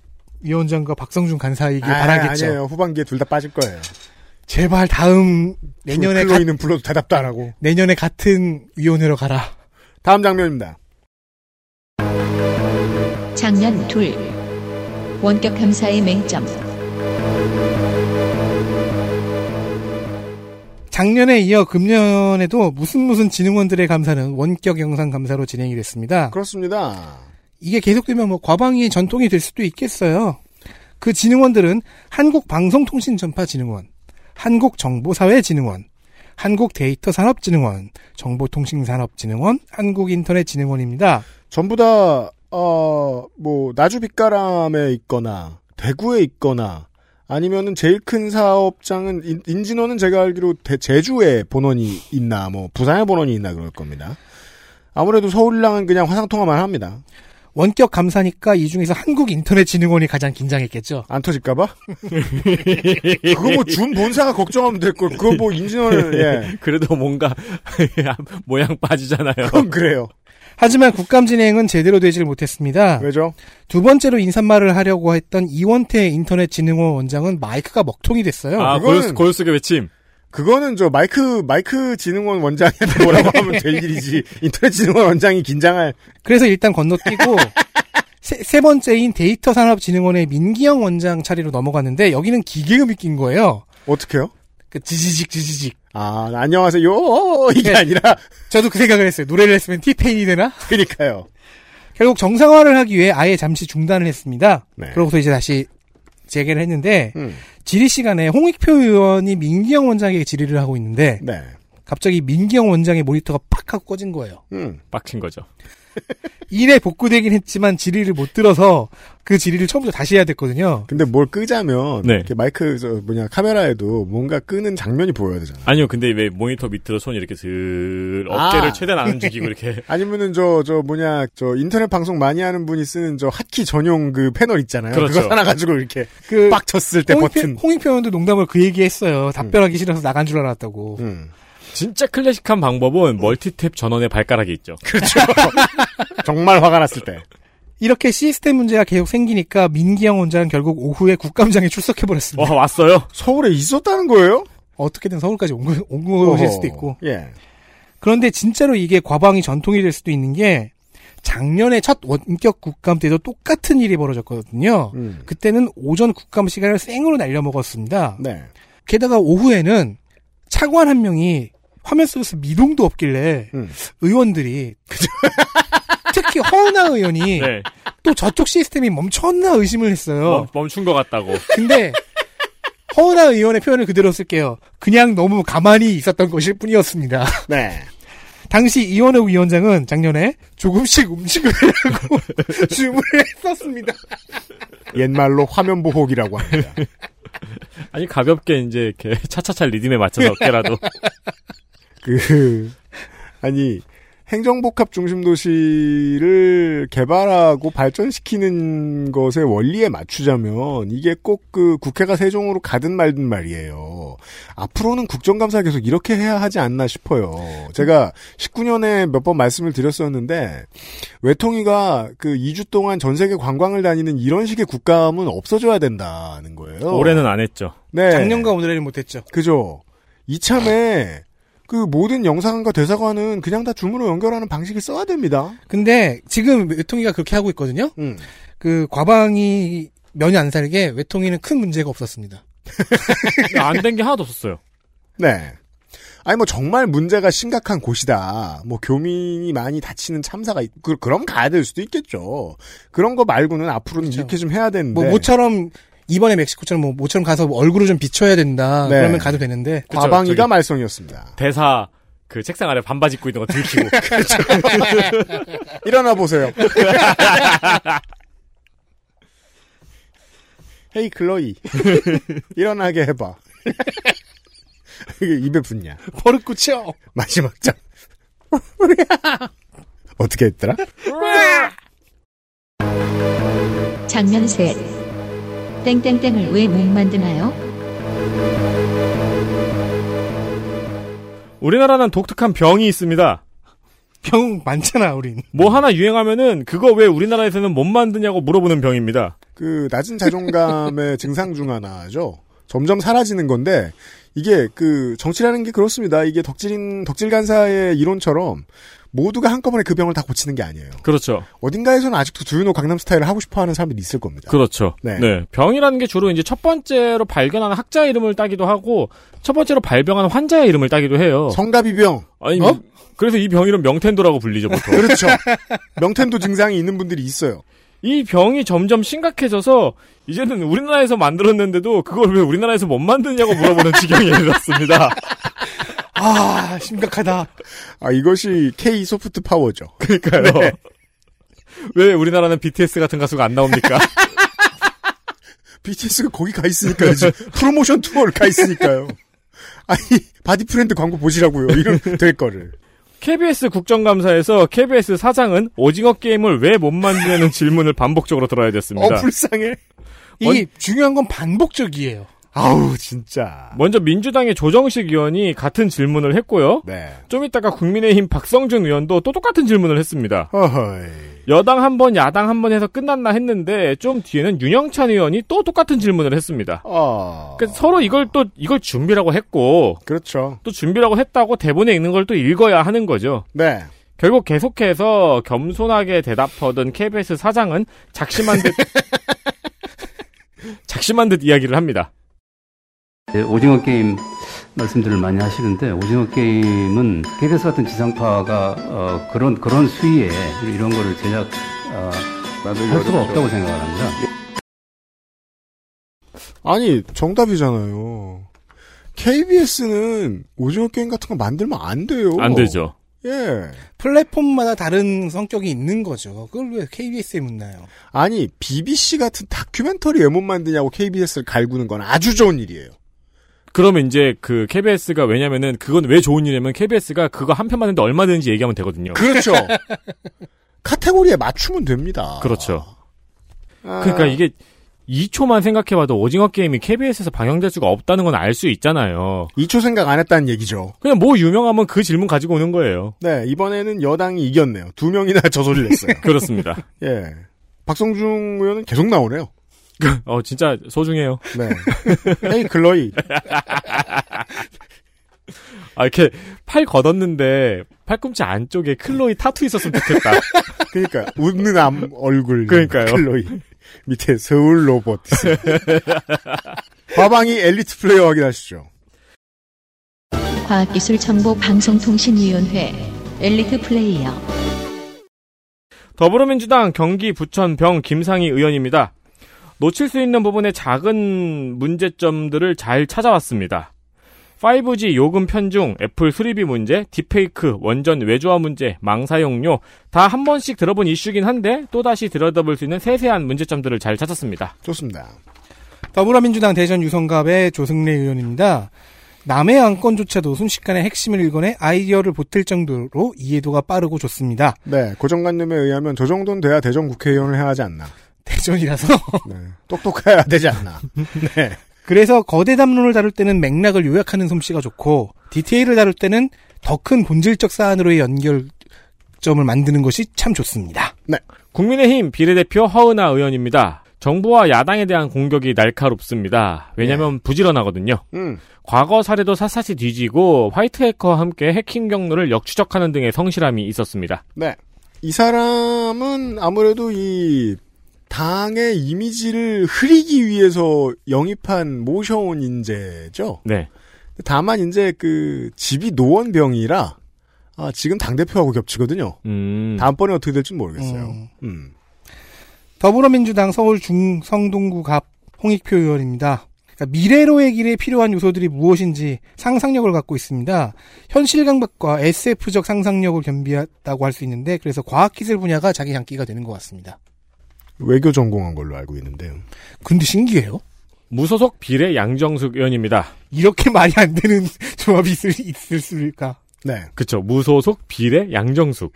[SPEAKER 4] 위원장과 박성준 간사이길 바라겠죠.
[SPEAKER 3] 아니에요. 후반기에 둘 다 빠질 거예요.
[SPEAKER 4] 제발 다음 내년에 가,
[SPEAKER 3] 클로이는 불러도 대답도 안 하고.
[SPEAKER 4] 내년에 같은 위원회로 가라.
[SPEAKER 3] 다음 장면입니다.
[SPEAKER 1] 장면 둘 원격 감사의 맹점.
[SPEAKER 4] 작년에 이어 금년에도 무슨 무슨 진흥원들의 감사는 원격 영상 감사로 진행이 됐습니다.
[SPEAKER 3] 그렇습니다.
[SPEAKER 4] 이게 계속되면 뭐 과방위의 전통이 될 수도 있겠어요. 그 진흥원들은 한국방송통신전파진흥원, 한국정보사회진흥원, 한국데이터산업진흥원, 정보통신산업진흥원, 한국인터넷진흥원입니다.
[SPEAKER 3] 전부 다, 어, 뭐, 나주빛가람에 있거나, 대구에 있거나, 아니면은 제일 큰 사업장은, 인- 인진원은 제가 알기로 대- 제주에 본원이 있나, 뭐, 부산에 본원이 있나 그럴 겁니다. 아무래도 서울이랑은 그냥 화상통화만 합니다.
[SPEAKER 4] 원격 감사니까 이 중에서 한국인터넷진흥원이 가장 긴장했겠죠.
[SPEAKER 3] 안 터질까봐? 그거 뭐, 준 본사가 걱정하면 될 걸. 그거 뭐, 인진원을, 예.
[SPEAKER 2] [LAUGHS] 그래도 뭔가 [LAUGHS] 모양 빠지잖아요.
[SPEAKER 3] 그건 그래요.
[SPEAKER 4] 하지만 국감 진행은 제대로 되질 못했습니다.
[SPEAKER 3] 왜죠?
[SPEAKER 4] 두 번째로 인사말을 하려고 했던 이원태 인터넷진흥원 원장은 마이크가 먹통이 됐어요.
[SPEAKER 2] 아,
[SPEAKER 3] 그거는-
[SPEAKER 2] 고요, 고요 속의 외침.
[SPEAKER 3] 그거는 저 마이크, 마이크 진흥원 원장한테 뭐라고 하면 될 일이지. 인터넷 진흥원 원장이 긴장할
[SPEAKER 4] 그래서 일단 건너뛰고 세, 세 번째인 데이터산업진흥원의 민기영 원장 차례로 넘어갔는데 여기는 기계음이 낀 거예요.
[SPEAKER 3] 어떻게요?
[SPEAKER 4] 그 지지직 지지직.
[SPEAKER 3] 아 안녕하세요
[SPEAKER 4] 네.
[SPEAKER 3] 이게 아니라 [LAUGHS]
[SPEAKER 4] 저도 그 생각을 했어요. 노래를 했으면 티페인이 되나?
[SPEAKER 3] 그러니까요.
[SPEAKER 4] 결국 정상화를 하기 위해 아예 잠시 중단을 했습니다.
[SPEAKER 3] 네.
[SPEAKER 4] 그러고서 이제 다시 재개를 했는데
[SPEAKER 3] 음.
[SPEAKER 4] 질의 시간에 홍익표 의원이 민기영 원장에게 질의를 하고 있는데
[SPEAKER 3] 네.
[SPEAKER 4] 갑자기 민기영 원장의 모니터가 팍 하고 꺼진 거예요.
[SPEAKER 3] 음.
[SPEAKER 2] 빡친 거죠.
[SPEAKER 4] 이내 복구되긴 했지만 질의를 못 들어서 그 질의를 처음부터 다시 해야 됐거든요.
[SPEAKER 3] 근데 뭘 끄자면
[SPEAKER 2] 네.
[SPEAKER 3] 이렇게 마이크 저 뭐냐 카메라에도 뭔가 끄는 장면이 보여야 되잖아.
[SPEAKER 2] 아니요, 근데 왜 모니터 밑으로 손 이렇게 슬, 어깨를
[SPEAKER 3] 아.
[SPEAKER 2] 최대한 안 움직이고 [LAUGHS] 이렇게.
[SPEAKER 3] 아니면은 저 저 뭐냐 저 인터넷 방송 많이 하는 분이 쓰는 저 핫키 전용 그 패널 있잖아요.
[SPEAKER 2] 그렇죠.
[SPEAKER 3] 거 하나 가지고 이렇게
[SPEAKER 4] 그
[SPEAKER 3] 빡쳤을 때
[SPEAKER 4] 홍익표-
[SPEAKER 3] 버튼.
[SPEAKER 4] 홍익표 의원도 농담을 그 얘기했어요. 답변하기 싫어서 나간 줄 알았다고.
[SPEAKER 3] 음.
[SPEAKER 2] 진짜 클래식한 방법은 멀티탭 전원의 발가락이 있죠.
[SPEAKER 3] 정말 화가 났을 때.
[SPEAKER 4] 이렇게 시스템 문제가 계속 생기니까 민기영 원장은 결국 오후에 국감장에 출석해 버렸습니다.
[SPEAKER 2] 와, 왔어요?
[SPEAKER 3] 서울에 있었다는 거예요?
[SPEAKER 4] 어떻게든 서울까지 온, 거- 온 거실
[SPEAKER 3] 어허.
[SPEAKER 4] 수도 있고.
[SPEAKER 3] 예.
[SPEAKER 4] 그런데 진짜로 이게 과방이 전통이 될 수도 있는 게 작년에 첫 원격 국감 때도 똑같은 일이 벌어졌거든요.
[SPEAKER 3] 음.
[SPEAKER 4] 그때는 오전 국감 시간을 생으로 날려 먹었습니다.
[SPEAKER 3] 네.
[SPEAKER 4] 게다가 오후에는 차관 한 명이 화면 속에서 미동도 없길래
[SPEAKER 3] 음.
[SPEAKER 4] 의원들이 [LAUGHS] 특히 허은하 의원이
[SPEAKER 2] 네.
[SPEAKER 4] 또 저쪽 시스템이 멈췄나 의심을 했어요.
[SPEAKER 2] 멈, 멈춘 것 같다고.
[SPEAKER 4] 근데 허은하 의원의 표현을 그대로 쓸게요. 그냥 너무 가만히 있었던 것일 뿐이었습니다. [LAUGHS]
[SPEAKER 3] 네.
[SPEAKER 4] 당시 이원욱 위원장은 작년에 조금씩 움직이려고 [LAUGHS] 주문을 했었습니다.
[SPEAKER 3] 옛말로 화면 보호기라고 합니다.
[SPEAKER 2] 아니, 가볍게 이제 이렇게 [LAUGHS] 차차차 리듬에 맞춰서 어깨라도.
[SPEAKER 3] 그 [LAUGHS] 아니 행정복합 중심도시를 개발하고 발전시키는 것의 원리에 맞추자면 이게 꼭 그 국회가 세종으로 가든 말든 말이에요. 앞으로는 국정감사 계속 이렇게 해야 하지 않나 싶어요. 제가 19년에 몇 번 말씀을 드렸었는데 외통위가 그 2주 동안 전 세계 관광을 다니는 이런 식의 국감은 없어져야 된다는 거예요.
[SPEAKER 2] 올해는 안 했죠.
[SPEAKER 3] 네.
[SPEAKER 4] 작년과 오늘에는 못했죠.
[SPEAKER 3] 그죠. 이참에 그 모든 영상과 대사관은 그냥 다 줌으로 연결하는 방식을 써야 됩니다.
[SPEAKER 4] 근데 지금 외통위가 그렇게 하고 있거든요.
[SPEAKER 3] 음.
[SPEAKER 4] 그 과방이 면이 안 살게 외통위는 큰 문제가 없었습니다.
[SPEAKER 2] 안 된 게 하나도 없었어요.
[SPEAKER 3] 네. 아니 뭐 정말 문제가 심각한 곳이다. 뭐 교민이 많이 다치는 참사가 있, 그, 그럼 가야 될 수도 있겠죠. 그런 거 말고는 앞으로는
[SPEAKER 4] 그렇죠.
[SPEAKER 3] 이렇게 좀 해야 되는데.
[SPEAKER 4] 뭐 모처럼 이번에 멕시코처럼 뭐 모처럼 가서 뭐 얼굴을 좀 비춰야 된다.
[SPEAKER 3] 네.
[SPEAKER 4] 그러면 가도 되는데
[SPEAKER 2] 그쵸,
[SPEAKER 3] 과방위가
[SPEAKER 2] 저기.
[SPEAKER 3] 말썽이었습니다.
[SPEAKER 2] 대사 그 책상 아래 반바지 입고 있는 거 [LAUGHS] 들키고
[SPEAKER 3] 일어나 보세요. [LAUGHS] 헤이 클로이 [LAUGHS] 일어나게 해봐. [LAUGHS] 이게 입에 붙냐?
[SPEAKER 4] 버릇 고쳐.
[SPEAKER 3] 마지막 장. 어떻게 했더라?
[SPEAKER 1] 장면 셋. 땡땡땡을 왜 못 만드나요?
[SPEAKER 2] 우리나라는 독특한 병이 있습니다.
[SPEAKER 4] 병 많잖아 우린.
[SPEAKER 2] 뭐 하나 유행하면은 그거 왜 우리나라에서는 못 만드냐고 물어보는 병입니다.
[SPEAKER 3] 그 낮은 [LAUGHS] 자존감의 증상 중 하나죠. 점점 사라지는 건데 이게 그 정치라는 게 그렇습니다. 이게 덕질인 덕질 간사의 이론처럼 모두가 한꺼번에 그 병을 다 고치는 게 아니에요.
[SPEAKER 2] 그렇죠.
[SPEAKER 3] 어딘가에서는 아직도 두유노 강남 스타일을 하고 싶어 하는 사람들이 있을 겁니다.
[SPEAKER 2] 그렇죠.
[SPEAKER 3] 네.
[SPEAKER 2] 네. 병이라는 게 주로 이제 첫 번째로 발견하는 학자 이름을 따기도 하고 첫 번째로 발병한 환자의 이름을 따기도 해요.
[SPEAKER 3] 그렇죠. 성가비병.
[SPEAKER 2] 아니
[SPEAKER 4] 어?
[SPEAKER 2] 그래서 이 병이름 명텐도라고 불리죠 보통.
[SPEAKER 3] 그렇죠. 명텐도 증상이 있는 분들이 있어요.
[SPEAKER 2] [LAUGHS] 이 병이 점점 심각해져서 이제는 우리나라에서 만들었는데도 그걸 왜 우리나라에서 못 만드냐고 물어보는 [LAUGHS] 지경이 이르렀습니다.
[SPEAKER 4] 아 심각하다.
[SPEAKER 3] 아 이것이 K 소프트 파워죠.
[SPEAKER 2] 그러니까요. 어. 왜 우리나라는 BTS 같은 가수가 안 [LAUGHS] 나옵니까?
[SPEAKER 3] BTS가 거기 가 있으니까요. 지금
[SPEAKER 2] [LAUGHS]
[SPEAKER 3] 프로모션 투어를 가 있으니까요. 아니 바디프렌드 광고 보시라고요.
[SPEAKER 2] [LAUGHS]
[SPEAKER 3] 이런 될 거를.
[SPEAKER 2] KBS 국정감사에서 KBS 사장은 오징어 게임을 왜 못 만드냐는 질문을 반복적으로 들어야
[SPEAKER 3] 어
[SPEAKER 2] 됐습니다.
[SPEAKER 3] 불쌍해.
[SPEAKER 4] 이 중요한 건 반복적이에요.
[SPEAKER 3] 아우 진짜.
[SPEAKER 2] 먼저 민주당의 조정식 의원이 같은 질문을 했고요.
[SPEAKER 3] 네.
[SPEAKER 2] 좀 이따가 국민의힘 박성준 의원도 또 똑같은 질문을 했습니다.
[SPEAKER 3] 허허이.
[SPEAKER 2] 여당 한 번, 야당 한 번 해서 끝났나 했는데 좀 뒤에는 윤영찬 의원이 또 똑같은 질문을 했습니다.
[SPEAKER 3] 아.
[SPEAKER 2] 그러니까 서로 이걸 또 이걸 준비라고 했고
[SPEAKER 3] 그렇죠.
[SPEAKER 2] 또 준비라고 했다고 대본에 있는 걸 또 읽어야 하는 거죠.
[SPEAKER 3] 네.
[SPEAKER 2] 결국 계속해서 겸손하게 대답하던 KBS 사장은 작심한 듯 작심한 듯 이야기를 합니다.
[SPEAKER 9] 네, 오징어 게임 말씀들을 많이 하시는데 오징어 게임은 KBS 같은 지상파가 어, 그런 그런 수위에 이런 거를 제작 어, 할 수가 없다고 생각을 합니다.
[SPEAKER 3] 아니 정답이잖아요. KBS는 오징어 게임 같은 거 만들면 안 돼요.
[SPEAKER 2] 안 되죠.
[SPEAKER 3] 예.
[SPEAKER 4] 플랫폼마다 다른 성격이 있는 거죠. 그걸 왜 KBS에 묻나요?
[SPEAKER 3] 아니 BBC 같은 다큐멘터리 왜 못 만드냐고 KBS를 갈구는 건 아주 좋은 일이에요.
[SPEAKER 2] 그러면 이제 그 KBS가 왜냐면은 그건 왜 좋은 일이냐면 KBS가 그거 한 편 만드는데 얼마든지 얘기하면 되거든요. [LAUGHS]
[SPEAKER 3] 그렇죠. 카테고리에 맞추면 됩니다.
[SPEAKER 2] 그렇죠.
[SPEAKER 3] 아,
[SPEAKER 2] 그러니까 이게 2초만 생각해봐도 오징어 게임이 KBS에서 방영될 수가 없다는 건 알 수 있잖아요.
[SPEAKER 3] 2초 생각 안 했다는 얘기죠.
[SPEAKER 2] 그냥 뭐 유명하면 그 질문 가지고 오는 거예요.
[SPEAKER 3] 네 이번에는 여당이 이겼네요. 두 명이나 [LAUGHS] 저 소리를 냈어요.
[SPEAKER 2] 그렇습니다.
[SPEAKER 3] 예. 박성중 의원은 계속 나오네요.
[SPEAKER 2] 어 진짜 소중해요. [LAUGHS]
[SPEAKER 3] 네. 헤이 글러이.
[SPEAKER 2] 아 이렇게 팔 걷었는데 팔꿈치 안쪽에 클로이 타투 있었으면 좋겠다.
[SPEAKER 3] 그러니까 웃는 암 얼굴.
[SPEAKER 2] 그러니까요.
[SPEAKER 3] 클로이. 밑에
[SPEAKER 2] [LAUGHS]
[SPEAKER 3] 서울 로봇. 과방이 엘리트 플레이어 확인하시죠.
[SPEAKER 1] 과학기술정보방송통신위원회 엘리트 플레이어
[SPEAKER 2] 더불어민주당 경기 부천병 김상희 의원입니다. 놓칠 수 있는 부분의 작은 문제점들을 잘 찾아왔습니다. 5G 요금 편중, 애플 수리비 문제, 딥페이크, 원전 외조화 문제, 망사용료 다 한 번씩 들어본 이슈긴 한데 또다시 들여다볼 수 있는 세세한 문제점들을 잘 찾았습니다.
[SPEAKER 3] 좋습니다.
[SPEAKER 4] 더불어민주당 대전 유성갑의 조승래 의원입니다. 남의 안건조차도 순식간에 핵심을 읽어내 아이디어를 보탤 정도로 이해도가 빠르고 좋습니다.
[SPEAKER 3] 네, 고정관념에 의하면 저 정도는 돼야 대전 국회의원을 해야 하지 않나.
[SPEAKER 4] 대전이라서
[SPEAKER 3] 네, 똑똑해야 되지 않나. 네.
[SPEAKER 4] 그래서 거대 담론을 다룰 때는 맥락을 요약하는 솜씨가 좋고 디테일을 다룰 때는 더 큰 본질적 사안으로의 연결점을 만드는 것이 참 좋습니다.
[SPEAKER 2] 국민의힘 비례대표 허은하 의원입니다. 정부와 야당에 대한 공격이 날카롭습니다. 왜냐면 부지런하거든요.
[SPEAKER 3] 음,
[SPEAKER 2] 과거 사례도 샅샅이 뒤지고 화이트 해커와 함께 해킹 경로를 역추적하는 등의 성실함이 있었습니다.
[SPEAKER 3] 네. 이 사람은 아무래도 이 당의 이미지를 흐리기 위해서 영입한 모셔온 인재죠.
[SPEAKER 2] 네.
[SPEAKER 3] 다만 이제 그 집이 노원병이라 아, 지금 당 대표하고 겹치거든요.
[SPEAKER 2] 음.
[SPEAKER 3] 다음번에 어떻게 될지 모르겠어요.
[SPEAKER 4] 음.
[SPEAKER 3] 음.
[SPEAKER 4] 더불어민주당 서울 중성동구갑 홍익표 의원입니다. 그러니까 미래로의 길에 필요한 요소들이 무엇인지 상상력을 갖고 있습니다. 현실 감각과 SF적 상상력을 겸비했다고 할 수 있는데 그래서 과학기술 분야가 자기 장기가 되는 것 같습니다.
[SPEAKER 3] 외교 전공한 걸로 알고 있는데요.
[SPEAKER 4] 근데 신기해요.
[SPEAKER 2] 무소속 비례 양정숙 의원입니다.
[SPEAKER 4] 이렇게 말이 안 되는 [LAUGHS] 조합이 있을, 있을 수일까?
[SPEAKER 3] 네.
[SPEAKER 2] 그쵸. 무소속 비례 양정숙.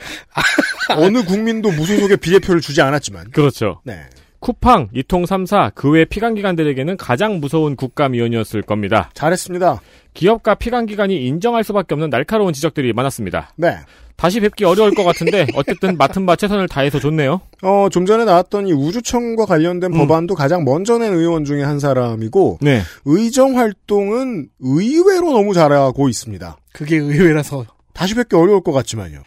[SPEAKER 3] 어느 국민도 무소속의 비례표를 주지 않았지만.
[SPEAKER 2] 그렇죠.
[SPEAKER 3] 네.
[SPEAKER 2] 쿠팡, 이통 3사, 그 외 피감기관들에게는 가장 무서운 국감위원이었을 겁니다.
[SPEAKER 3] 잘했습니다.
[SPEAKER 2] 기업과 피감기관이 인정할 수밖에 없는 날카로운 지적들이 많았습니다.
[SPEAKER 3] 네.
[SPEAKER 2] 다시 뵙기 어려울 것 [LAUGHS] 같은데 어쨌든 맡은 바 최선을 다해서 좋네요.
[SPEAKER 3] 어, 좀 전에 나왔던 이 우주청과 관련된
[SPEAKER 2] 음.
[SPEAKER 3] 법안도 가장 먼저 낸 의원 중에 한 사람이고,
[SPEAKER 2] 네.
[SPEAKER 3] 의정 활동은 의외로 너무 잘하고 있습니다.
[SPEAKER 4] 그게 의외라서
[SPEAKER 3] 다시 뵙기 어려울 것 같지만요.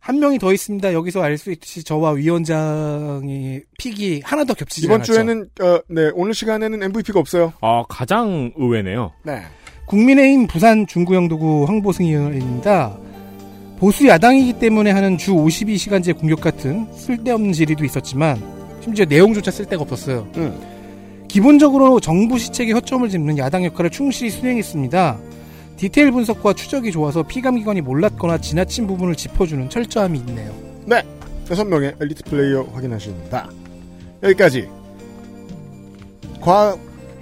[SPEAKER 4] 한 명이 더 있습니다. 여기서 알 수 있듯이 저와 위원장의 픽이 하나 더 겹치지
[SPEAKER 3] 이번
[SPEAKER 4] 않았죠.
[SPEAKER 3] 주에는, 어, 네, 오늘 시간에는 MVP가 없어요.
[SPEAKER 2] 아, 가장 의외네요.
[SPEAKER 3] 네.
[SPEAKER 4] 국민의힘 부산 중구영도구 황보승 의원입니다. 보수 야당이기 때문에 하는 주 52시간제 공격 같은 쓸데없는 질의도 있었지만 심지어 내용조차 쓸데가 없었어요.
[SPEAKER 3] 음.
[SPEAKER 4] 기본적으로 정부 시책에 허점을 짚는 야당 역할을 충실히 수행했습니다. 디테일 분석과 추적이 좋아서 피감기관이 몰랐거나 지나친 부분을 짚어주는 철저함이 있네요.
[SPEAKER 3] 6명의 엘리트 플레이어 확인하십니다. 여기까지. 과,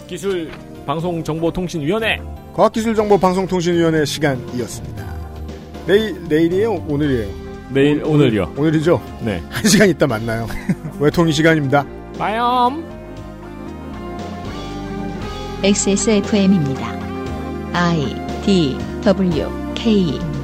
[SPEAKER 2] 기술 방송 정보 통신 위원회
[SPEAKER 3] 과학기술정보방송통신위원회 시간이었습니다. 내일, 내일이에요? 오늘이에요?
[SPEAKER 2] 내일 오늘요.
[SPEAKER 3] 오늘이죠?
[SPEAKER 2] 네.
[SPEAKER 3] 한 시간 있다
[SPEAKER 4] [LAUGHS]
[SPEAKER 3] 만나요. 외통이 시간입니다.
[SPEAKER 2] 빠염.
[SPEAKER 1] XSFM입니다. I D W K